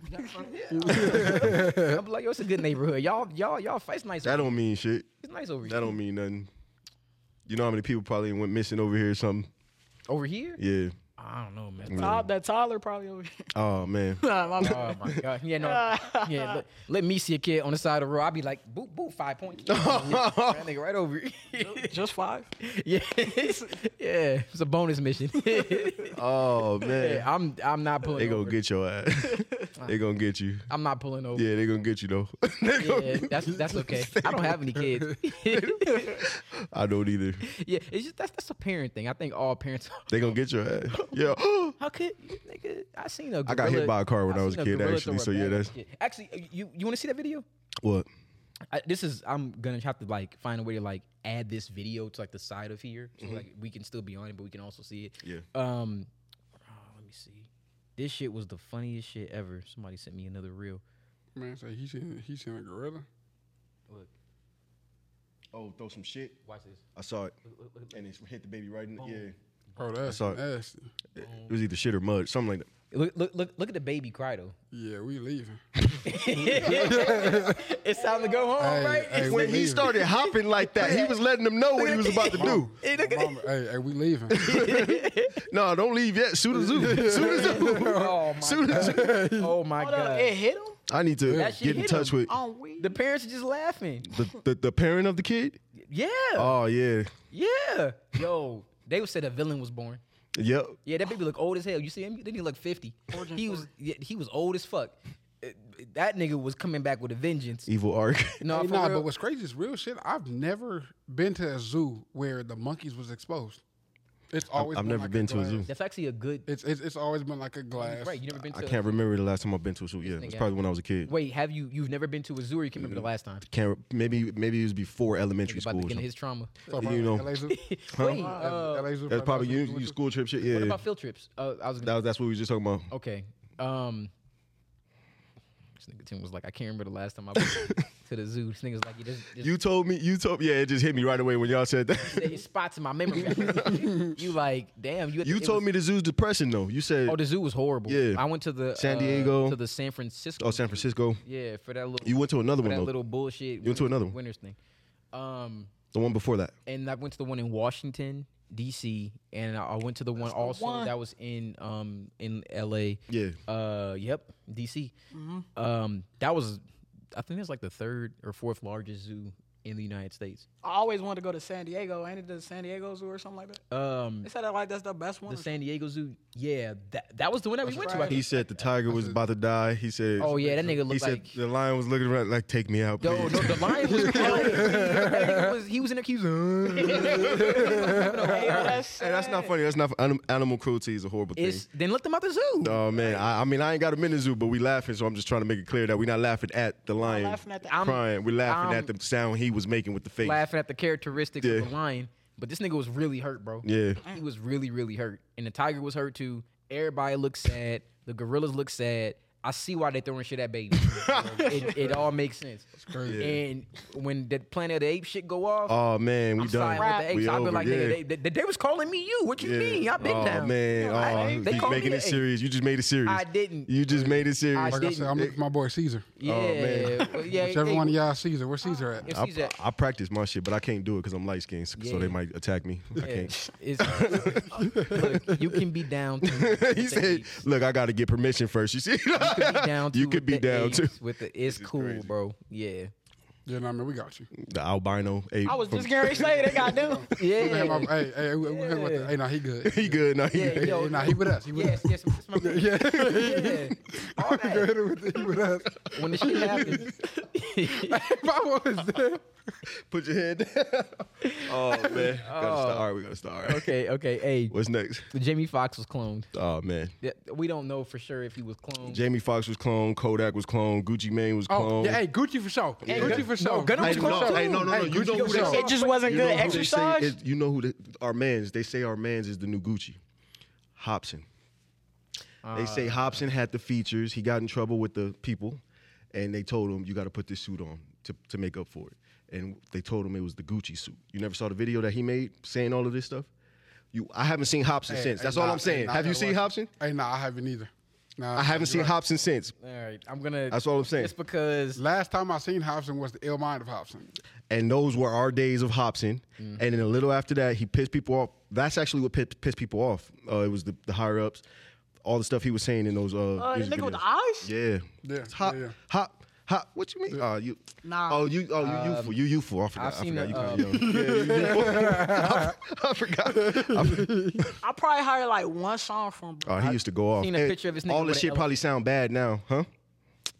A: I'm like, yo, it's a good neighborhood. Y'all, y'all, y'all fight nice.
B: that don't mean shit.
A: it's nice over
B: That
A: here.
B: don't mean nothing. You know how many people probably went missing over here or something?
A: Over here?
B: Yeah. Mm.
A: I don't know, man.
D: Ty- that Tyler probably over here.
B: Oh [LAUGHS] man.
D: [LAUGHS] Nah, my bad.
A: Oh my god. Yeah, no. Yeah, let, let me see a kid on the side of the road. I'll be like, boop, boop, five points.
B: [LAUGHS]
A: that nigga right over here. [LAUGHS]
D: Just five.
A: yeah. yeah. It's a bonus mission. [LAUGHS]
B: Oh man.
A: Yeah, I'm I'm not pulling
B: They
A: over.
B: gonna get your ass. [LAUGHS] they gonna get you.
A: I'm not pulling over.
B: Yeah, they gonna get you though. [LAUGHS] They gonna-
A: Yeah, that's that's okay. I don't have any kids. [LAUGHS]
B: [LAUGHS] I don't either.
A: yeah, it's just that's that's a parent thing. I think all parents. [LAUGHS]
B: They gonna get your ass. Yeah. [GASPS]
A: How could nigga? I seen a. Gorilla,
B: I got hit by a car when I was a
A: seen
B: kid,
A: gorilla throw
B: actually,
A: a
B: so yeah,
A: bag at a
B: that's-
A: kid. actually uh, you you want to see that video?
B: what?
A: I, this is I'm gonna have to like find a way to like add this video to like the side of here,
B: Mm-hmm.
A: so like we can still be on it, but we can also see it.
B: Yeah.
A: Um, oh, let me see. This shit was the funniest shit ever. Somebody sent me another reel.
C: Man, say he seen he seen a gorilla.
A: Look.
B: Oh, throw some shit.
A: Watch this.
B: I saw it, and it hit the baby right in the yeah.
C: Oh,
B: I
C: that's
B: saw it.
C: nasty.
B: It was either shit or mud, something like that.
A: Look, look, look, look at the baby cry though. [LAUGHS]
C: Yeah,
B: [LAUGHS]
C: we leaving.
A: it's time to go home,
C: Hey,
A: right?
C: hey,
B: When
C: we
B: he
C: leaving.
B: started hopping like that, he [LAUGHS] was letting them know what he was about to [LAUGHS] do.
C: Mama, hey, hey, we leaving.
B: [LAUGHS] No, don't leave yet. Shoot a [LAUGHS] zoo. Shoot a zoo.
A: [LAUGHS] oh
B: [LAUGHS]
A: my
B: Shoot a zoo. [LAUGHS]
A: Oh my
D: Hold up,
A: god.
D: it hit him
B: I need to
A: That shit
B: get in
A: hit
B: touch
A: him.
B: with
D: on weed.
A: The parents are just laughing.
B: the, the, the parent of the kid.
A: Yeah.
B: Oh yeah.
A: yeah. Yo, they would say the villain was born.
B: Yep.
A: Yeah, that baby look old as hell. You see him? Then he look fifty. He was yeah, he was old as fuck. Uh, That nigga was coming back with a vengeance.
B: Evil [LAUGHS] arc.
A: No,
C: Hey,
A: for
C: nah,
A: real.
C: but what's crazy is real shit. I've never been to a zoo where the monkeys was exposed. It's always
B: I've never
C: like
B: been to a
C: glass-
B: zoo.
A: that's actually a good.
C: It's, it's it's always been like a glass.
A: Right, you never been to.
B: I can't remember the last time I've been to a zoo. Yeah, it's probably when I was a kid.
A: Wait, have you? You've never been to a zoo? Or you can't
B: Mm-hmm.
A: remember the last time.
B: Can't re- maybe maybe it was before elementary
A: You're about
B: school.
A: to
B: or
A: get into
B: something.
A: his trauma.
C: So probably
B: you know.
A: [LAUGHS]
C: LA zoo.
A: Wait,
C: Uh,
A: uh,
C: LA zoo
B: That's probably
C: probably
B: you,
C: was
B: you
C: with
B: school trip shit. Yeah,
A: what about Oh, field trips? Uh, I was
B: that
A: gonna,
B: was that's what we were just talking about.
A: okay.
B: [LAUGHS]
A: Um, this nigga Tim was like, I can't remember the last time I went to the zoo. This nigga's like, you just, just
B: You told me. You told. Yeah, it just hit me right away when y'all said that.
A: say his spots in my memory. [LAUGHS] you like, damn, you. at the-
B: [LAUGHS] You
A: it
B: told
A: was-
B: me the zoo's depression though. You said
A: Oh, the zoo was horrible.
B: Yeah.
A: I went to the
B: San
A: uh,
B: Diego.
A: to the San Francisco.
B: oh San
A: zoo.
B: Francisco.
A: Yeah, for that little.
B: You went to another
A: for that
B: one though.
A: little bullshit. You
B: went to another one.
A: Winners thing. Um,
B: the one before that.
A: and I went to the one in Washington D.C. and I- I went to the one also
D: one.
A: that was in um in L.A.
B: Yeah.
A: Uh, yep, D.C. Um, that was I think that's like the third or fourth largest zoo in the United States.
D: I always wanted to go to San Diego. Ain't it the San Diego Zoo or something like that?
A: Um,
D: They said that like that's Uh, the best one.
A: the San Diego Zoo. Yeah, that that was the one that we went to. I
D: right.
B: He
A: think.
B: said the tiger was about to die. He said.
A: Oh yeah, that nigga
B: He
A: looked
B: said
A: like.
B: the lion was looking around like, "Take me out,
A: Yo, no,
B: please."
A: the lion
B: [LAUGHS]
A: was
C: [LAUGHS]
A: crying. That nigga was- he was in there. He was,
D: that's,
B: Hey, that's not funny. That's not fu- anim- animal cruelty is a horrible
A: it's,
B: thing.
A: then let them out the zoo.
B: Oh man, I, I mean, I ain't got a minute zoo, but we laughing, so I'm just trying to make it clear that we're not laughing at the lion
D: laughing at the- Um,
A: I'm-
B: crying. We're laughing
A: I'm-
B: at the sound he was making with the face.
A: laughing at the characteristics
B: Yeah.
A: of the lion. But this nigga was really hurt, bro.
B: Yeah.
A: He was really, really hurt. And the tiger was hurt too. Everybody looks sad. The gorillas look sad. I see why they throwing shit at
B: [LAUGHS]
A: babies. it, it all makes sense.
C: crazy.
A: And when that Planet of the Apes shit go off,
B: Oh man, we
A: I'm
B: done.
A: siding with the
B: we
A: apes. I've
B: over,
A: been like,
B: yeah.
A: nigga, they, they, they was calling me you. What you
B: Yeah.
A: mean? I've been
B: oh,
A: down.
B: Man.
A: I- I-
B: Oh,
A: they
B: you
A: called me
B: making
A: the
B: it
A: ape.
B: serious. You just made it serious.
A: I didn't.
B: You just made it serious.
A: I
C: Like I said, I'm
A: didn't-
C: looking for my boy Caesar.
A: Yeah.
B: Oh, man.
A: Well, yeah
C: Whichever
A: hey,
C: one of y'all Caesar, where's Caesar at?
A: if
B: I,
A: she's at-
B: I practice my shit, but I can't do it because I'm light skinned, so
A: Yeah.
B: they might attack me. I
A: yeah,
B: can't. [LAUGHS]
A: it's- look, you can be down. To,
B: he
A: with the
B: said,
A: apes.
B: "Look, I got to get permission first.
A: [LAUGHS]
B: You see, [LAUGHS]
A: You could be down too.
B: You
A: with
B: could be
A: the
B: down
A: apes,
B: too.
A: With the, it's cool, bro. Yeah.
C: Yeah, no, I mean we got
A: [LAUGHS]
C: you.
B: The albino ape.
D: I was
B: from-
D: just getting ready to say they got them.
C: We had
A: Yeah.
C: my- Hey, hey, we- we good with that. Hey, nah, he good.
B: [LAUGHS] he good. Nah, he
A: Yeah,
B: good. [LAUGHS]
A: yo,
C: Hey, nah, he with us. He with
A: Yes, [LAUGHS]
C: us.
A: yes, it's my yeah. yeah. All that.
C: Good with it, He with us.
A: When the shit happens,
C: If [LAUGHS] I was there,
B: Put your head down. [LAUGHS] oh man, gotta stop. All right, we gotta start. All
A: [LAUGHS]
B: right.
A: okay, okay. Hey,
B: What's next?
A: Jamie Foxx was cloned.
B: Oh man,
A: Yeah, We don't know for sure if he was cloned.
B: Jamie Foxx was clone. Kodak was clone. Gucci Mane was
C: oh
B: clone.
C: yeah, hey, Gucci for sure. Gucci for sure.
A: Gunna
B: Hey,
A: was
B: no,
A: cloned
B: hey, no, no, no.
C: Hey,
B: you know
C: Gucci
B: who
C: for
B: they
C: sure.
B: say.
D: It just wasn't
B: you know
D: good
B: who they say
D: exercise.
B: is- you know who the, our man's? They say our man's is the new Gucci. Hobson. They
C: Ah.
B: say Hobson had the features. He got in trouble with the people, and they told him you got to put this suit on to, to make up for it. And they told him it was the Gucci suit. You never saw the video that he made saying all of this stuff. You, I haven't seen Hobson
C: Hey,
B: since.
C: hey,
B: That's all
C: nah,
B: I'm
C: hey,
B: saying.
C: nah, I
B: Have you
C: gotta
B: seen
C: watch it.
B: Hobson?
C: Hey, nah, I haven't either. Nah,
B: I haven't
C: you're
B: seen
C: right.
B: Hobson since.
A: All right, I'm gonna.
B: That's all I'm saying.
A: Just because
C: Last time I seen Hobson was the ill mind of Hobson.
B: and those were our days of Hobson.
A: Mm-hmm.
B: And then a little after that, he pissed people off. That's actually what pissed, pissed people off. Uh, it was the, the higher ups, all the stuff he was saying in those. Uh,
D: Uh, the
B: music
D: nigga with the
B: videos.
D: eyes?
B: Yeah.
C: Yeah,
B: Hop,
C: yeah, yeah.
B: hop, hop. What you mean? Uh, you.
D: Nah.
B: Oh, you. Oh, you. Youthful. You youthful. I forgot.
A: Um, I've seen
B: I
A: the,
B: forgot.
A: uh,
B: you
A: [LAUGHS]
B: kinda young. Yeah, you youthful. [LAUGHS] I forgot. I forgot.
D: I probably heard like one song from.
B: Oh, he used to go off.
A: seen a
B: And
A: picture of this nigga
B: All this
A: with
B: shit
A: an
B: probably sound bad now, huh?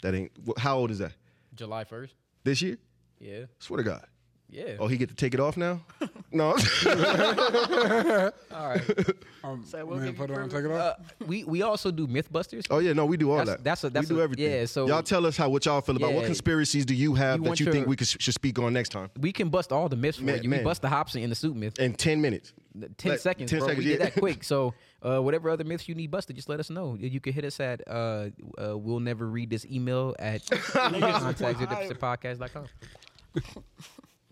B: That ain't. wh- How old is that?
A: July 1st.
B: This year?
A: Yeah.
B: Swear to God.
A: Yeah.
B: Oh, he get to take it
A: [LAUGHS]
B: off now? no.
A: All right.
C: man, put it on, take it off.
A: Uh, we we also do MythBusters.
B: Oh yeah, no, we do all
A: That's-
B: that.
A: that's a- that's
B: we do
A: a-
B: everything.
A: yeah, so-
B: y'all tell us how what y'all feel about what
A: Yeah.
B: conspiracies do you have
A: You
B: that
A: want
B: you think
A: your-
B: we could, should speak on next time
A: We can bust all the myths for
B: Man-
A: you.
B: man.
A: We bust the Hobson in the suit myth.
B: in ten minutes.
A: Ten
B: Like,
A: seconds,
B: 10
A: bro.
B: seconds,
A: we did
B: yeah.
A: that quick. So uh, whatever other myths you need busted, just let us know. You can hit us at uh, uh, we'll never read this email at
B: [LAUGHS]
A: podcast.com.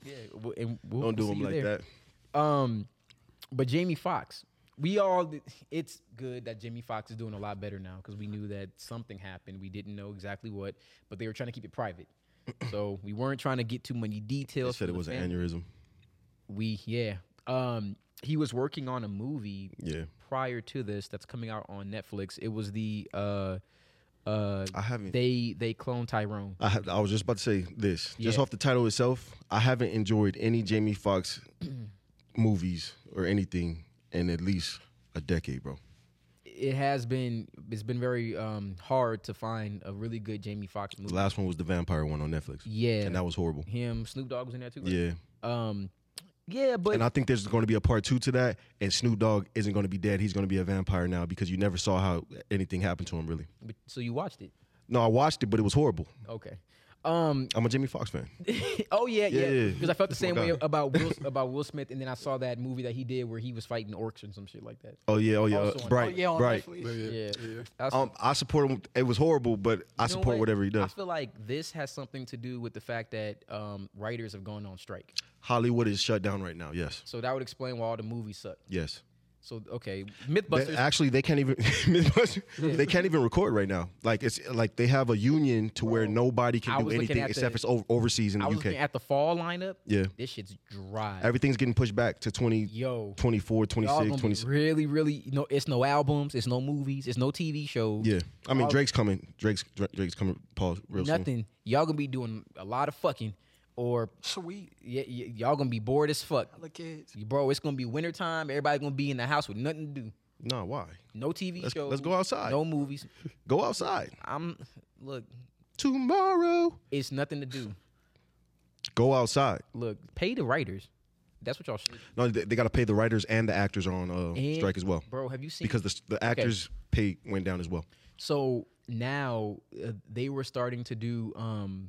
A: Yeah, w- and we'll,
B: [LAUGHS] Don't do
A: we'll see
B: them
A: you
B: like
A: there.
B: that.
A: Um, but Jamie Foxx, we all it's good that Jamie Foxx is doing a lot better now because we knew that something happened. We didn't know exactly what, but they were trying to keep it
B: [CLEARS THROAT]
A: private. So we weren't trying to get too many
B: They
A: details.
B: said
A: from
B: it
A: the
B: was an
A: family.
B: aneurysm.
A: We yeah. Um, he was working on a movie
B: Yeah.
A: prior to this that's coming out on Netflix. It was the uh uh
B: I haven't-
A: they they clone Tyrone.
B: I, ha- I was just about to say this. Just
A: Yeah.
B: off the title itself, I haven't enjoyed any
A: [CLEARS THROAT]
B: Jamie Foxx movies or anything in at least a decade, bro.
A: It has been it's been very um hard to find a really good Jamie Foxx
B: The
A: movie.
B: last one was the vampire one on Netflix.
A: Yeah.
B: And that was horrible.
A: Him Snoop Dogg was in there too. right?
B: Yeah.
A: Um yeah, but
B: and I think there's going to be a part two to that. And Snoop Dogg isn't going to be dead. He's going to be a vampire now because you never saw how anything happened to him, really.
A: but- so you watched it.
B: No, I watched it, but it was horrible.
A: Okay. Um [LAUGHS]
B: I'm a Jamie Foxx fan.
A: oh yeah,
B: Yeah,
A: yeah.
B: yeah.
A: Because I felt the
B: Oh my
A: same way
B: God.
A: about
B: [LAUGHS]
A: Will, about Will Smith, and then I saw that movie that he did where he was fighting orcs and some shit like that.
B: Oh yeah, oh yeah,
A: Also on-
B: bright,
D: Oh, yeah, on
B: bright.
D: Netflix.
C: Yeah, yeah.
A: Yeah,
C: yeah.
A: That's-
B: Um, I support him. It was horrible, but I
A: You know
B: support
A: what?
B: whatever he
A: I
B: does.
A: feel like this has something to do with the fact that um, writers have gone on strike.
B: Hollywood is shut down right now. Yes,
A: So that would explain why all the movies suck.
B: yes.
A: So okay,
B: They-
A: MythBusters.
B: actually, they can't even [LAUGHS] Mythbusters, they can't even record right now. Like it's like they have a union to where nobody
A: I
B: can do
A: was looking
B: anything
A: at
B: except
A: the-
B: it's over, overseas in
A: I
B: the
A: was
B: UK.
A: looking at the fall lineup.
B: Yeah.
A: this shit's dry.
B: Everything's getting pushed back to 20,
A: Yo,
B: 24,
A: y'all gonna
B: 26,
A: be
B: 27.
A: really, really. You know, it's no albums, it's no movies, it's no TV shows.
B: Yeah, I mean
A: All-
B: Drake's coming. Drake's Dra- Drake's coming. Pause. Real
A: nothing. Y'all gonna be doing a lot of fucking, or
D: Sweet.
A: y- y- y'all gonna be bored as fuck,
D: Hella kids.
A: bro. It's gonna be wintertime. Everybody gonna be in the house with nothing to do.
B: soon. Nah, why?
A: No TV
B: Let's-
A: shows.
B: let's go outside.
A: No movies.
B: Go outside
A: I'm look.
B: tomorrow.
A: It's nothing to do.
B: Go outside.
A: Look, pay the writers. That's what y'all should.
B: No, they, they got to pay the writers and the actors are on uh,
A: And-
B: strike as well.
A: Eh, Bro, have you seen?
B: because the, the actors' pay went down as well.
A: so now uh, they were starting to do um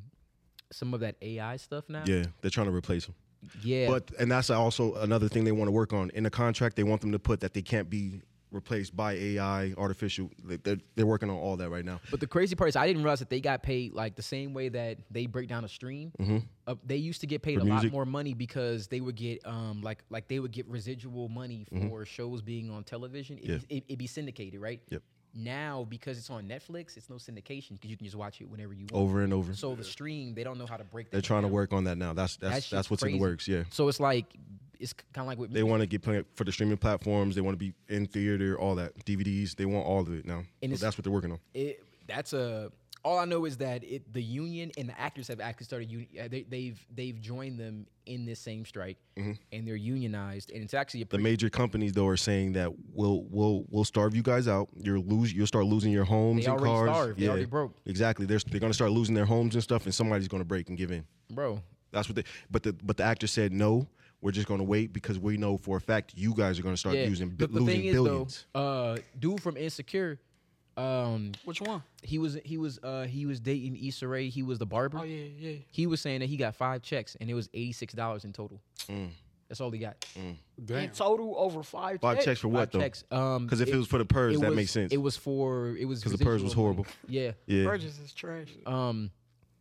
A: some of that AI stuff now.
B: Yeah, they're trying to replace them.
A: Yeah.
B: But and that's also another thing they want to work on in the contract. They want them to put that they can't be replaced by AI, artificial. They- They're, they're working on all that right now.
A: But the crazy part is, I didn't realize that they got paid like the same way that they break down a stream. Uh, they used to get paid
B: Mm-hmm. For
A: a lot
B: music?
A: more money because they would get um like like they would get residual money for shows being on television. It,
B: Mm-hmm. Yeah.
A: it, it'd be syndicated, right?
B: Yep.
A: Now because it's on Netflix, it's no syndication because you can just watch it whenever you want.
B: Over and over,
A: So the stream, they don't know how to break.
B: they're
A: that
B: trying to
A: down.
B: work on that now. That's that's
A: shit's
B: that's what's in
A: crazy.
B: the works. Yeah,
A: So it's like it's kind of like with
B: they want to get playing for the streaming platforms. They want to be in theater, all that DVDs. They want all of it now.
A: And
B: So
A: it's-
B: that's what they're working on.
A: it, that's a all I know is that it the union and the actors have actually started uni- uh, they, they've they've joined them in this same strike
B: Mm-hmm.
A: and they're unionized and it's actually a
B: The
A: pretty,
B: major companies though are saying that we'll we'll we'll starve you guys out. You'll lose. You'll start losing your homes
A: They
B: and
A: already
B: cars.
A: starved. They
B: Yeah,
A: already broke.
B: Exactly. They're they're gonna start losing their homes and stuff, and somebody's gonna break and give in.
A: bro
B: That's what they. But the but the actor said no. We're just gonna wait because we know for a fact you guys are gonna start
A: yeah
B: using
A: But the
B: losing
A: thing is
B: billions.
A: though uh dude from Insecure um
D: Which one?
A: he was he was uh he was dating Issa Rae he was the barber
D: Oh yeah, yeah.
A: he was saying that he got five checks and it was eighty six dollars in total
B: Mm.
A: that's all he got
C: Damn.
D: In total over five.
B: Five checks for what
A: five
B: though?
A: checks um
B: Because if it, was for the purge,
A: it
B: that
A: was-
B: makes sense.
A: it was for it was
B: 'Cause the purge was
A: residual money.
B: horrible.
A: yeah
B: yeah,
D: Burgess is trash.
A: um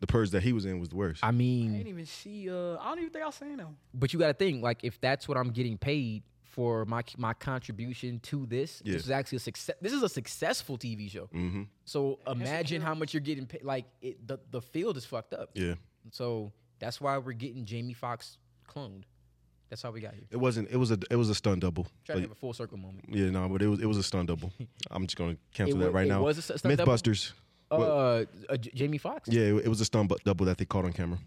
B: the purge that he was in was the worst.
A: I
D: I
A: mean
D: didn't even see. Uh, I don't even think I seen him.
A: but you got to think like if that's what I'm getting paid for my my contribution to this,
B: Yeah.
A: this is actually a success. This is a successful TV show.
B: mm-hmm.
A: So imagine how much you're getting paid. Like it, the the field is fucked up.
B: Yeah,
A: So that's why we're getting Jamie Foxx cloned. That's how we got here.
B: it wasn't. It was a it was a stun double.
A: Trying
B: Like,
A: to have a full circle moment.
B: yeah, no, but it was it was a stun double. [LAUGHS] I'm just gonna cancel
A: It
B: that
A: wa-
B: right
A: it
B: now.
A: was a stu- stunt double?
B: MythBusters.
A: Uh,
B: Well-
A: uh, J- Jamie Foxx.
B: Yeah, it, it was a stunt bu- double that they caught on camera.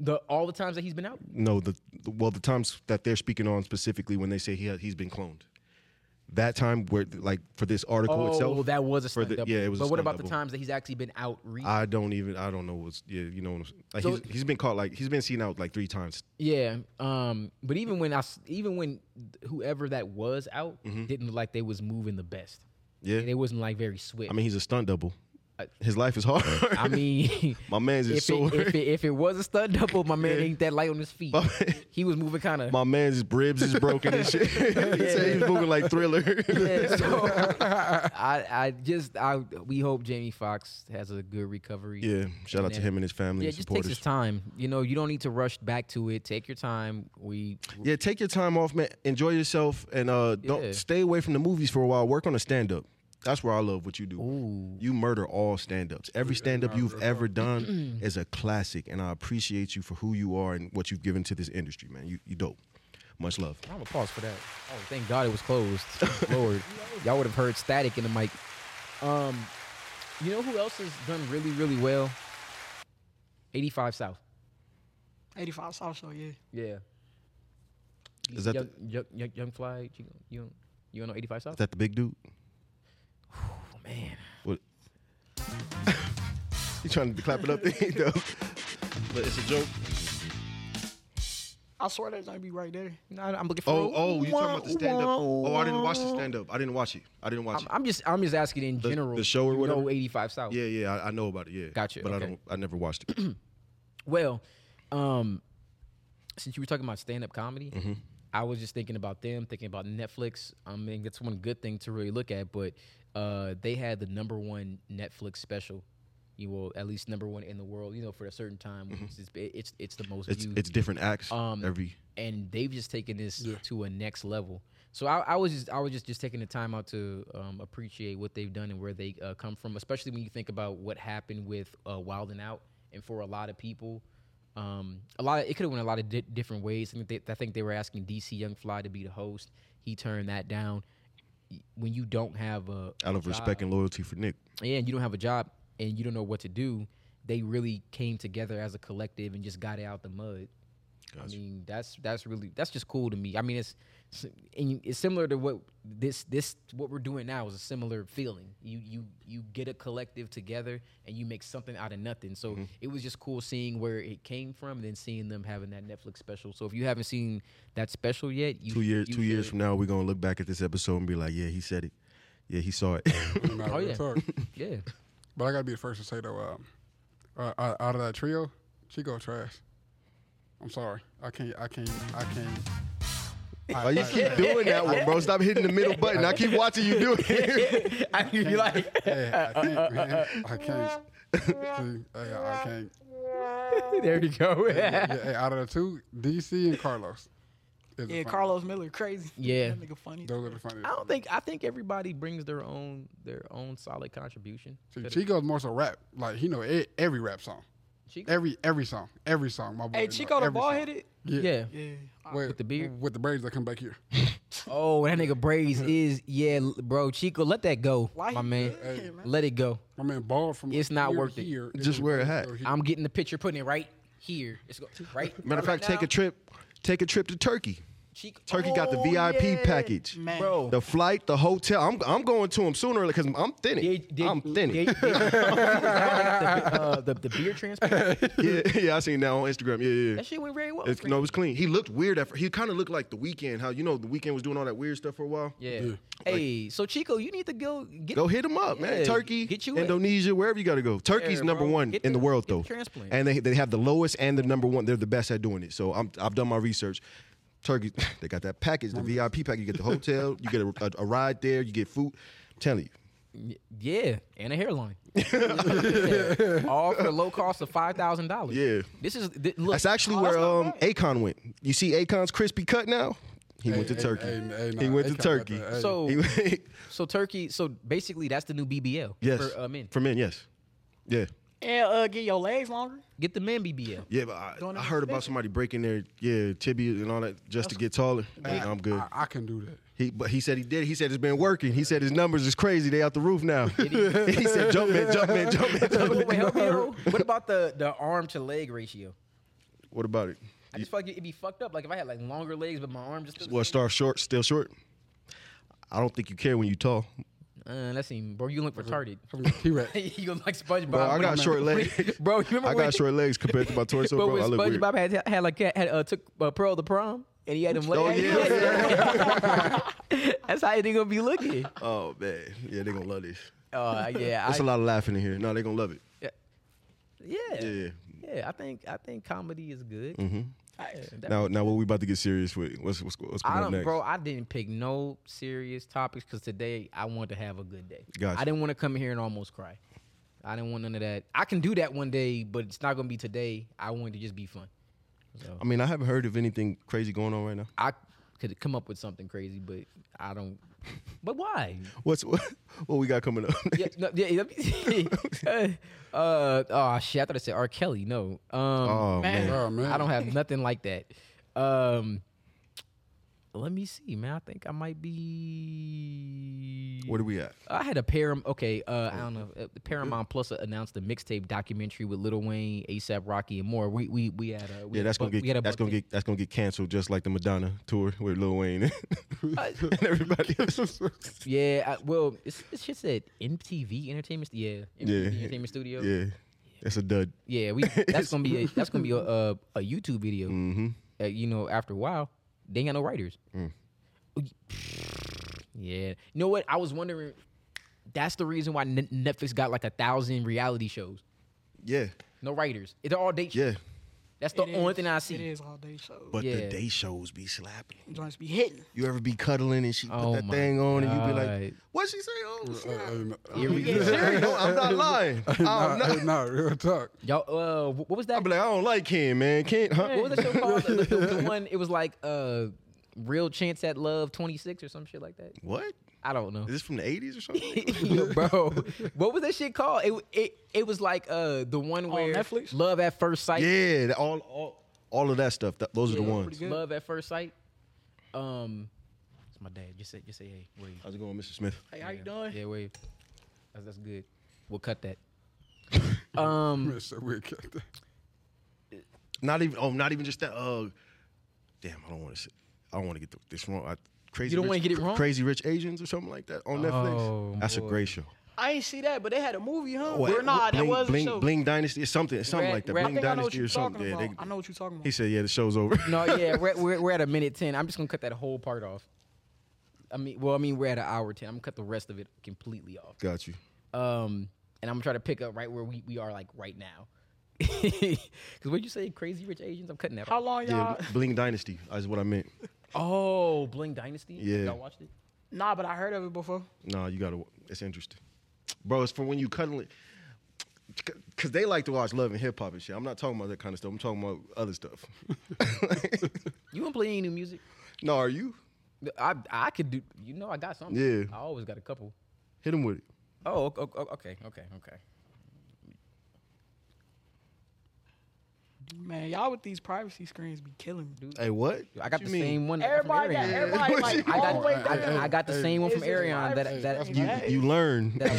A: The all the times that he's been out.
B: No, the, the well, the times that they're speaking on specifically when they say he ha- he's been cloned. that time where like for this article
A: oh,
B: itself.
A: that was a
B: for
A: stunt
B: the-
A: double.
B: Yeah, it was. a
A: But what
B: stunt
A: about the
B: double.
A: times that he's actually been out? Re-
B: I don't even. I don't know what's. Yeah, you know. What I'm, s- like
A: So-
B: he's, he's been caught. Like he's been seen out like three times.
A: yeah. Um. But even when I, s- even when whoever that was out didn't look like they was moving the best.
B: Mm-hmm. Yeah.
A: And it wasn't like very swift.
B: I mean, he's a stunt double. His life is hard.
A: I mean,
B: [LAUGHS]
A: [LAUGHS]
B: my man's
A: if
B: is
A: it,
B: so.
A: if, it, if it was a stunt double, my man ain't that light on his feet.
B: [LAUGHS]
A: he was moving kind of.
B: my man's ribs is broken and
A: [LAUGHS]
B: shit. [LAUGHS] he said he's moving like Thriller.
A: Yeah, [LAUGHS] so I, I just I we hope Jamie Foxx has a good recovery.
B: [LAUGHS] Yeah, shout out to him and his family
A: Yeah,
B: and
A: just takes his
B: supporters.
A: time. You know, you don't need to rush back to it. Take your time. We
B: Yeah, take your time off, man. Enjoy yourself and uh don't
A: Yeah.
B: stay away from the movies for a while. Work on a stand up. That's where I love what you do. You murder all stand ups. Every stand up you've ever
A: [CLEARS THROAT]
B: done is a classic and I appreciate you for who you are and what you've given to this industry, man. You you dope. Much love.
A: I'm gonna pause for that. Oh, thank God it was [LAUGHS] closed. Lord, y'all would have heard static in the mic. Um, you know who else has done really really well? 85 South.
D: 85 South Show, yeah.
A: Yeah.
B: Is that
A: young, young, young, young Fly? You you don't, you don't know 85 South?
B: Is that the big dude?
A: man.
B: What? [LAUGHS] you trying to clap it up? [LAUGHS] though? But it's a joke.
D: I swear that's gonna be right there.
A: I'm looking
B: Oh, oh, you talking about the stand up? Oh, I didn't watch the stand up. I didn't watch it. I didn't watch
A: I'm,
B: it.
A: I'm just I'm just asking in
B: The-
A: general.
B: the show or
A: you
B: whatever?
A: Know 85 South.
B: Yeah, yeah, I, I know about it. Yeah,
A: Gotcha,
B: But
A: okay.
B: I don't. I never watched
A: [CLEARS THROAT]
B: it.
A: Well, um, since you were talking about stand up comedy,
B: Mm-hmm.
A: I was just thinking about them, thinking about Netflix. I mean, that's one good thing to really look at, but uh, they had the number one Netflix special. You will at least number one in the world, you know, for a certain time. It's, it's it's it's the most.
B: Mm-hmm. It's
A: viewed.
B: it's different acts.
A: um,
B: every
A: and they've just taken this to a next level. So I, I was just I was just, just taking the time out to um, appreciate what they've done and where they uh, come from, especially when you think about what happened with uh, Wild and Out, and for a lot of people, um, a lot of, it could have went a lot of di- different ways. I think, they, I think they were asking DC Young Fly to be the host. He turned that down. Y- When you don't have a
B: out of
A: job-
B: respect and loyalty for Nick.
A: yeah, and you don't have a job and you don't know what to do, they really came together as a collective and just got it out the mud. I mean, that's that's really that's just cool to me. I mean, it's it's- and it's similar to what this this what we're doing now is a similar feeling. You you you get a collective together and you make something out of nothing. So it was just cool seeing where it came from and then seeing them having that Netflix special. So if you haven't seen that special yet, you
B: two years.
A: you
B: Two years
A: should.
B: from now, we're gonna look back at this episode and be like, yeah, he said it. Yeah, he saw
A: [LAUGHS]
B: it. [LAUGHS]
C: Nah,
A: Oh,
C: real
A: yeah. [LAUGHS]
C: talk.
A: Yeah.
C: But I gotta be the first to say though, um, uh, out out of that trio, Chico trash. I'm sorry, I can't, I can't, I can't.
B: Why you keep doing that one, bro? Stop hitting the middle button. I keep watching you do
A: [LAUGHS]
B: it.
A: I hear you like.
C: Yeah, I can't, man. I can't. [LAUGHS] See, I, I can't.
A: [LAUGHS] there you go.
C: yeah, yeah, yeah, out of the two, DC and Carlos. is the
D: Yeah,
C: funniest.
D: Carlos Miller, crazy. [LAUGHS]
A: Yeah.
D: That nigga funny.
C: Those are the funniest.
A: I don't think I think everybody brings their own their own solid contribution.
C: See,
A: to the-
C: Chico's more so rap. Like he know e- every rap song.
A: Chico?
C: Every every song, every song. My boy.
D: Hey,
C: know
D: Chico the
C: every
D: ball
C: song.
D: headed?
A: Yeah.
C: Wait,
A: With the beard?
C: with the braids that come back here.
A: Mm. Oh, that nigga
B: [LAUGHS]
A: Braves is yeah, l- bro. Chico, let that go,
D: Why
A: my
D: he
A: man. Let it go.
C: I mean, bald from
A: It's not
C: here to
A: worth it.
C: here, and
B: Just
C: then
B: wear a
C: bald
B: hat.
C: to here.
A: I'm getting the picture, putting it right here. It's go, right.
B: Matter of
A: right
B: fact, take a
A: now.
B: trip. Take a trip to Turkey.
A: Chico.
B: Turkey got the
A: Oh,
B: VIP
A: yeah.
B: package,
D: Man.
A: Bro.
B: the flight, the hotel. I'm I'm going to him sooner because I'm thinning.
A: They- they-
B: I'm
A: they-
B: thinning.
A: they- they got, like, the, uh, the the beard transplant.
B: [LAUGHS] yeah, yeah, I seen that on Instagram. Yeah, yeah. yeah.
A: That shit went very well.
B: It's,
A: for
B: no, it
A: him.
B: was clean. He looked weird at. fir- He kind of looked like the weekend. How you know the weekend was doing all that weird stuff for a while.
A: Yeah. Hey, so Chico, you need to go get
B: Go hit him up,
A: Yeah,
B: man. Turkey,
A: get you a-
B: Indonesia, wherever you got to go. Turkey's
A: Yeah,
B: number
A: bro.
B: one
A: Get
B: in the
A: the-
B: world,
A: get the
B: though.
A: transplant.
B: And they they have the lowest and the number one. They're the best at doing it. So I'm I've done my research. Turkey, [LAUGHS] they got that package, the VIP package. You get the hotel, you get a, a, a ride there, you get food. I'm telling you,
A: Yeah, and a
B: [LAUGHS]
A: hairline. Yeah. All for a low cost of five thousand dollars.
B: Yeah.
A: This is th- look.
B: that's actually where um Akon went. You see Akon's crispy cut now. He went to Turkey.
C: Hey, hey, nah,
B: he went
C: Akon
B: to
C: got
B: Turkey.
C: the- hey.
A: So-
B: He [LAUGHS] went-
A: So Turkey. So basically, that's the new BBL.
B: yes,
A: For uh, men,
B: for men, yes, yeah.
D: And uh, get your legs longer.
A: get the men BBL.
B: Yeah, [LAUGHS] but I,
D: Doing
B: I
D: it
B: heard about somebody breaking their yeah tibia and all that just to get taller. Nah, I'm good.
C: I, I can do that.
B: He but he said he did. it. He said it's been working. He said his numbers is crazy. They out the roof now. [LAUGHS] he said jump man, jump man, jump man, jump
A: Wait, [LAUGHS]
B: man.
A: wait, help me
B: [LAUGHS]
A: out. What about the the arm to leg ratio?
B: What about it?
A: I just feel like it'd be fucked up. Like if I had like longer legs, but my arm just.
B: What star short? Still short? I don't think you care when you tall.
A: Uh, that seems, bro. You look retarded.
C: T-Rex.
A: [LAUGHS] you look like SpongeBob.
B: Bro, I
A: when
B: got
A: he-
B: short legs.
A: [LAUGHS] bro, you remember
B: I
A: when-
B: got short legs compared to my torso,
A: But [LAUGHS]
B: bro.
A: when
B: I look weird.
A: SpongeBob had had like had uh, took uh, Pearl to prom and he had him.
B: Oh, yeah.
A: [LAUGHS] That's how they gonna be
B: [LAUGHS]
A: looking.
B: Oh man, yeah, they gonna love this.
A: Uh, yeah,
B: It's a
A: I-
B: lot of laughing in here. No, they gonna love it.
A: Yeah.
B: Yeah.
A: Yeah, I think I think comedy is good.
B: hmm
A: Yeah, that-
B: Now, now, what we about to get serious with? What's what's, what's going
A: I
B: on
A: don't,
B: next?
A: bro. I didn't pick no serious topics because today I wanted to have a good day.
B: Gotcha.
A: I didn't want to come here and almost cry. I didn't want none of that. I can do that one day, but it's not gonna be today. I wanted to just be fun. So
B: I mean, I haven't heard of anything crazy going on right now.
A: I could come up with something crazy, but I don't. But
B: [LAUGHS]
A: why?
B: What's what, what we got coming up?
A: yeah, no, yeah, let me see. [LAUGHS] uh, uh, oh shit! I thought I said R. Kelly. No, um,
B: Oh, Man. man.
C: Oh, man.
A: I don't have
B: [LAUGHS]
A: nothing like that. Um, let me see, man. I think I might be.
B: Where are we at?
A: I had a Param. Okay, uh, I don't know. uh, Paramount Plus announced a mixtape documentary with Lil Wayne, ASAP Rocky, and more. We we we had a we
B: Yeah,
A: had
B: that's
A: a bu-
B: gonna
A: we had a
B: get that's gonna
A: bucket-
B: get that's gonna get canceled just like the Madonna tour with Lil Wayne and [LAUGHS]
A: Uh,
B: everybody.
A: [LAUGHS]
B: Else.
A: yeah. I, well, it's it's just at MTV Entertainment. Yeah,
B: Yeah,
A: MTV Entertainment Studio.
B: Yeah, that's a dud.
A: Yeah,
B: [LAUGHS]
A: we that's gonna be a, that's gonna be a, a, a YouTube video.
B: Mm-hmm.
A: Uh, you know, after a while, they ain't got no writers.
B: Mm.
A: [SNIFFS] Yeah, you know what? I was wondering. That's the reason why N- Netflix got like a thousand reality shows.
B: Yeah,
A: No writers. It's all date. shows.
B: yeah,
A: That's the
D: It
A: only
D: is-
A: thing I see.
D: It is all day shows.
B: but
A: Yeah.
B: the day shows be slapping.
D: Joints be hitting.
B: You ever be cuddling and she
A: Oh
B: put that
A: my
B: thing on and you be like,
A: God.
B: "What she say? Oh,
C: Uh,
B: snap."
C: uh,
D: [LAUGHS]
A: Here we
B: Yeah,
A: go.
B: serious. No, I'm not lying.
A: [LAUGHS]
B: I'm
C: [LAUGHS] nah,
B: not.
C: hey, nah, real talk. [LAUGHS]
A: y'all. Uh, wh- what was that?
B: I'd be like, I don't like Ken, man. Ken, huh?
A: what was that show called? the, the- the
B: [LAUGHS]
A: one. It was like uh, real chance at love twenty six or some shit like that.
B: What?
A: I don't know.
B: Is this from the 80s or
A: [LAUGHS]
B: something?
A: Yo, bro, what was that shit called? It it it was like uh the one where
D: Netflix?
A: Love at First Sight.
B: yeah, that- all, all all of that stuff. That, those are the ones.
D: good.
A: Love at First Sight. Um, it's my dad. Just say just say hey, wave.
B: How's it going, Mr. Smith?
D: Hey, how you doing?
A: Yeah, wave. That's, that's good. We'll cut that. [LAUGHS] Um,
C: Mr. Wicked.
B: Not even. Oh, not even just that. Uh, damn, I don't want to. I don't want to get th- this wrong. I, crazy.
A: You don't
B: Rich-
A: wanna get it
B: Cra-
A: wrong?
B: Crazy Rich Asians or something like that on
A: Oh,
B: Netflix. That's
A: boy.
B: a great show.
D: I ain't see that, but they had a movie, huh?
B: What?
D: Or nah, that
B: Bling,
D: was
B: Bling,
D: a show.
B: Bling Dynasty. It's something. it's Something
A: Red-
B: like that.
A: Red-
D: I
B: Bling
D: think I know what
B: Dynasty
D: you're
B: or
D: talking
B: something. Yeah,
D: about.
B: they-
D: I know what you're talking about.
B: he said, "Yeah, the show's over."
A: no, yeah, we're, we're we're at a minute ten. I'm just gonna cut that whole part off. I mean, well, I mean, we're at an hour ten. I'm gonna cut the rest of it completely off.
B: Got you.
A: Um, and I'm gonna try to pick up right where we, we are like right now. [LAUGHS] Because what you say, crazy rich Asians? I'm cutting that.
D: How
A: off.
D: long
B: Yeah,
D: y'all?
B: Bling Dynasty is what I meant.
A: Oh, Bling Dynasty.
B: Yeah.
A: y'all watched it.
D: Nah, but I heard of it before.
B: No, you gotta. It's interesting, bro. It's for when you cuddling, cause they like to watch Love and Hip Hop and shit. I'm not talking about that kind of stuff. I'm talking about other stuff. [LAUGHS]
A: You don't play any new music?
B: no, are you?
A: I I could do. You know, I got something.
B: Yeah.
A: I always got a couple.
B: Hit them with it.
A: Oh, o- o- o- okay, okay, okay.
D: Man, y'all with these privacy screens be killing me, dude.
B: Hey, what?
A: I got
B: What
A: the
B: you mean?
A: same one.
D: Everybody
A: from
D: got
A: Arion.
D: everybody
B: What
D: like
B: you-
A: [LAUGHS] I
D: all
A: got,
D: the way
A: I,
D: down.
A: I got the same one from
D: It's just
A: Arion that
D: privacy.
A: that.
D: Hey,
B: You, you learn.
D: Hey,
A: [LAUGHS]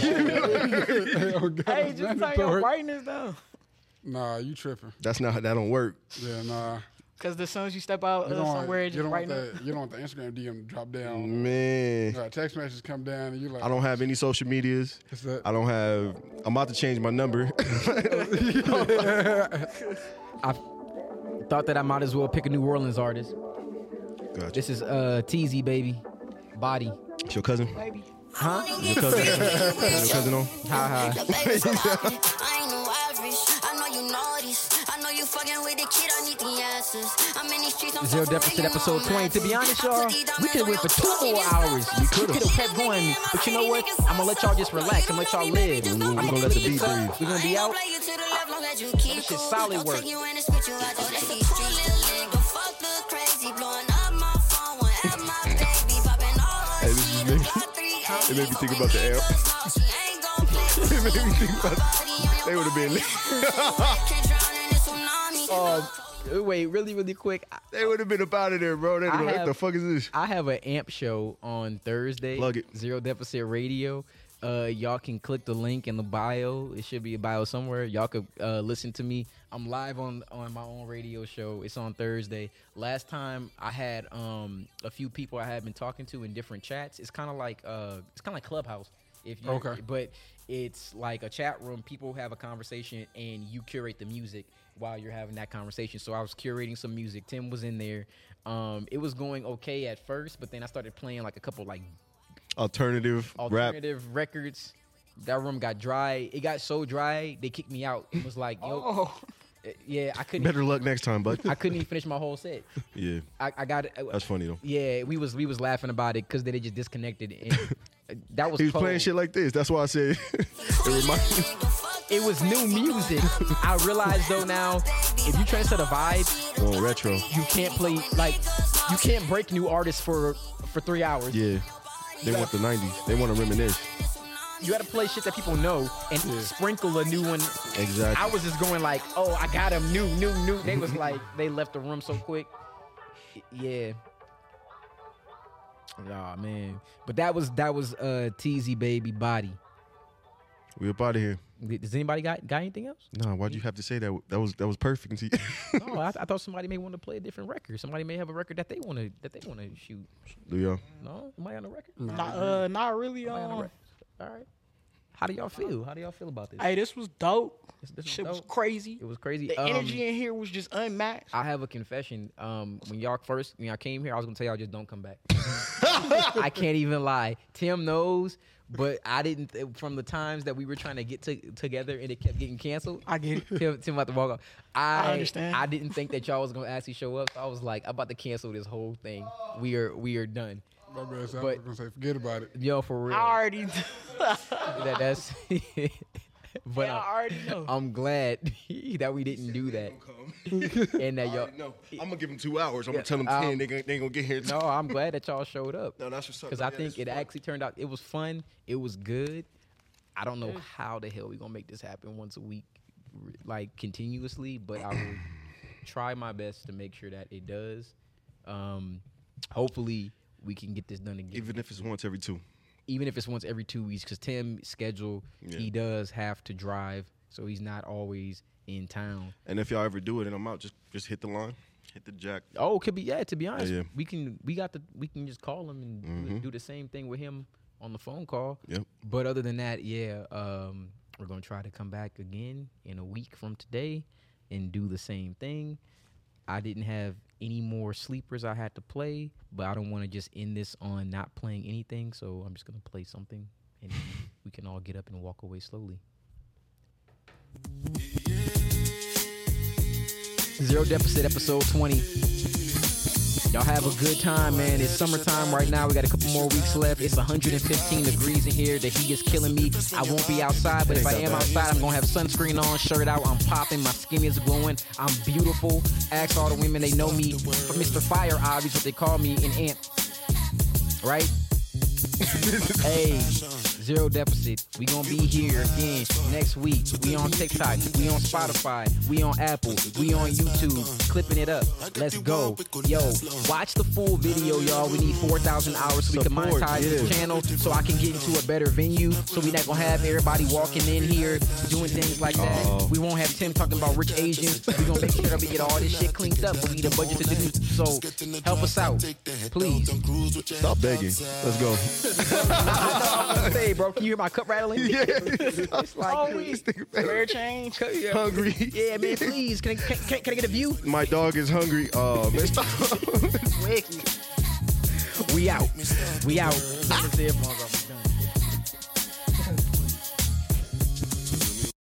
D: just turn your brightness down.
C: [LAUGHS] Nah, you tripping.
B: [LAUGHS] That's not. That don't work.
C: Yeah, nah.
D: Cause as soon as you step out
C: You
D: uh,
C: don't want,
D: somewhere, it
C: you
D: just
C: don't want
D: brightens.
C: that. You don't want the Instagram DM to drop down.
B: Man,
C: Nah, text messages come down, and you like.
B: Mm. I don't have any social medias.
C: It's that-
B: I don't have. I'm about to change my number. [LAUGHS]
A: I [LAUGHS] thought that I might as well pick a New Orleans artist.
B: Gotcha.
A: This is uh Teasy baby, body.
B: It's your cousin.
D: Baby,
B: Your cousin. Your cousin on.
A: Ha ha.
E: [LAUGHS] I ain't no average. I know you know this. I know you fucking with the kid. I need the answers. I'm in these streets. I'm
A: Zero
E: Zero
A: deficit
E: deficit
A: episode
E: episode
A: 20.
E: 20.
A: To be honest, y'all,
E: we could wait for two more hours. We could have kept going, but you know what? I'm gonna let y'all just relax and let y'all live.
A: Mhm.
E: I'm
A: I'ma
E: gonna
A: let
E: let
A: the
E: the
A: beat
E: beat
A: breathe.
E: breathe.
A: We
E: We're
A: gonna
E: gonna
A: be
E: be
A: out?
E: out.
A: This
E: This
A: shit
E: is
A: solid
E: solid
A: work.
E: work. Hey,
B: this is [LAUGHS] me.
E: It made me think about
B: [LAUGHS]
E: the app. it made me think
A: [LAUGHS]
E: about. They would have been.
B: [LAUGHS]
A: Uh, wait, really, really quick. I,
B: They would have been up out of there, bro. They'd
A: I
B: have been like,
A: have-
B: what the fuck is this?
A: I have an amp show on Thursday.
B: Plug it.
A: Zero deficit radio. Uh, y'all can click the link in the bio. It should be a bio somewhere. Y'all could uh, listen to me. I'm live on on my own radio show. It's on Thursday. Last time I had um a few people I had been talking to in different chats. It's kind of like uh it's kind of like Clubhouse. If you
C: Okay.
A: but it's like a chat room. People have a conversation, and you curate the music while you're having that conversation. So I was curating some music. Tim was in there. Um, it was going okay at first, but then I started playing like a couple like
B: Alternative, rap.
A: alternative records. That room got dry. It got so dry they kicked me out. It was like, yo,
D: Oh.
A: Uh, yeah, I couldn't.
B: Better luck next time, [LAUGHS] bud.
A: I couldn't even finish my whole set.
B: Yeah,
A: I, I got. eh,
B: that's funny though.
A: Yeah, we was we was laughing about it because they just disconnected. And uh, that was
B: He was
A: cold.
B: playing shit like this. That's why I said [LAUGHS] it reminds me.
A: It was new music. I realize though now, if you try to set a vibe,
B: Oh, retro.
A: you can't play like you can't break new artists for for three hours.
B: Yeah, they want the '90s. They want to reminisce.
A: You got to play shit that people know and sprinkle a new one.
B: Exactly.
A: I was just going like, oh, I got him new, new, new. They was like, [LAUGHS] they left the room so quick. Yeah. Nah, man. But that was that was uh TZ baby body.
B: We up out of here.
A: Does anybody got got anything else?
B: Nah, why'd you have to say that? That was that was perfect. [LAUGHS] to you.
A: No, I, I thought somebody may want to play a different record. Somebody may have a record that they want to that they want to shoot.
B: Do y'all?
A: No, am I on the record?
D: Not, uh, not really.
A: Am I on the
D: Um,
A: record? All right. How do y'all feel? How do y'all feel about this?
D: hey, this was dope.
A: This- this
D: Shit was
A: dope.
D: crazy.
A: It was crazy.
D: The
A: Um,
D: energy in here was just unmatched.
A: I have a confession. Um, when y'all first when y'all came here, I was gonna tell y'all just don't come
D: [LAUGHS]
A: back. I can't even lie. Tim knows, but I didn't. From the times that we were trying to get to, together and it kept getting canceled.
D: I get it.
A: Tim, Tim about to walk off. I,
D: I understand.
A: I didn't think that y'all was gonna actually show up. So I was like, I'm about to cancel this whole thing. We are we are done.
C: My bad, so I was
A: But-
C: gonna say, forget about it.
A: Yo, for real.
D: I already. [LAUGHS]
A: That, that's. [LAUGHS] but uh,
D: Yeah, I
A: [LAUGHS]
D: already know.
A: I'm glad [LAUGHS] that we didn't do
D: [LAUGHS]
A: that. and that y'all.
B: No, I'm gonna give them two hours. I'm gonna tell them
A: Um,
B: ten. they gonna, they gonna get here.
A: No, I'm glad that y'all showed up.
B: No, that's what's up.
A: Because
B: No,
A: I
B: yeah,
A: think
B: this
A: it
B: is fun.
A: actually turned out it was fun. It was good. I don't know how the hell we gonna make this happen once a week, r- like continuously. But I
B: [LAUGHS]
A: will try my best to make sure that it does. Um, hopefully we can get this done again,
B: Even if it's once every two.
A: even if it's once every two weeks. Because Tim's schedule,
B: Yeah.
A: he does have to drive, so he's not always in town.
B: And if y'all ever do it and I'm out, just just hit the line, hit the jack.
A: Oh, it could be yeah. To be honest,
B: yeah.
A: we can we got the we can just call him and do,
B: Mhm.
A: do the same thing with him on the phone call.
B: Yep.
A: But other than that, yeah, um, we're gonna try to come back again in a week from today and do the same thing. I didn't have any more sleepers I had to play, but I don't want to just end this on not playing anything. So I'm just gonna play something, and [LAUGHS] we can all get up and walk away slowly. Zero Deficit episode 20. Y'all have a good time, man. It's summertime right now. We got a couple more weeks left. It's 115 degrees in here. The heat is killing me. I won't be outside, but if I am outside, I'm gonna have sunscreen on, shirt out. I'm popping. My skin is glowing. I'm beautiful. Ask all the women they know me. From Mr. Fire Eyes, what they call me, an amp. Right? hey, zero deficit. We gonna be here again next week. We on TikTok, we on Spotify, we on Apple, we on YouTube. Clipping it up. Let's go, yo. Watch the full video, y'all. We need 4,000 hours so we can
B: Support,
A: monetize
B: yeah.
A: this channel, so I can get into a better venue. So we not gonna have everybody walking in here doing things like that.
B: Oh.
A: We won't have Tim talking about rich Asians. We gonna make sure that we get all this shit cleaned up. We need a budget to do. So help us out, please.
B: Stop begging. Let's go.
A: [LAUGHS] Hey, bro, can you hear my cup rattling? it's like, please,
D: Rare change.
B: Hungry.
A: Oh, yeah, [LAUGHS] man, please, can I, can, can- can I get a view?
B: My dog is hungry. Oh man, stop.
A: Wicked. We out. We out. This is it, motherfucker.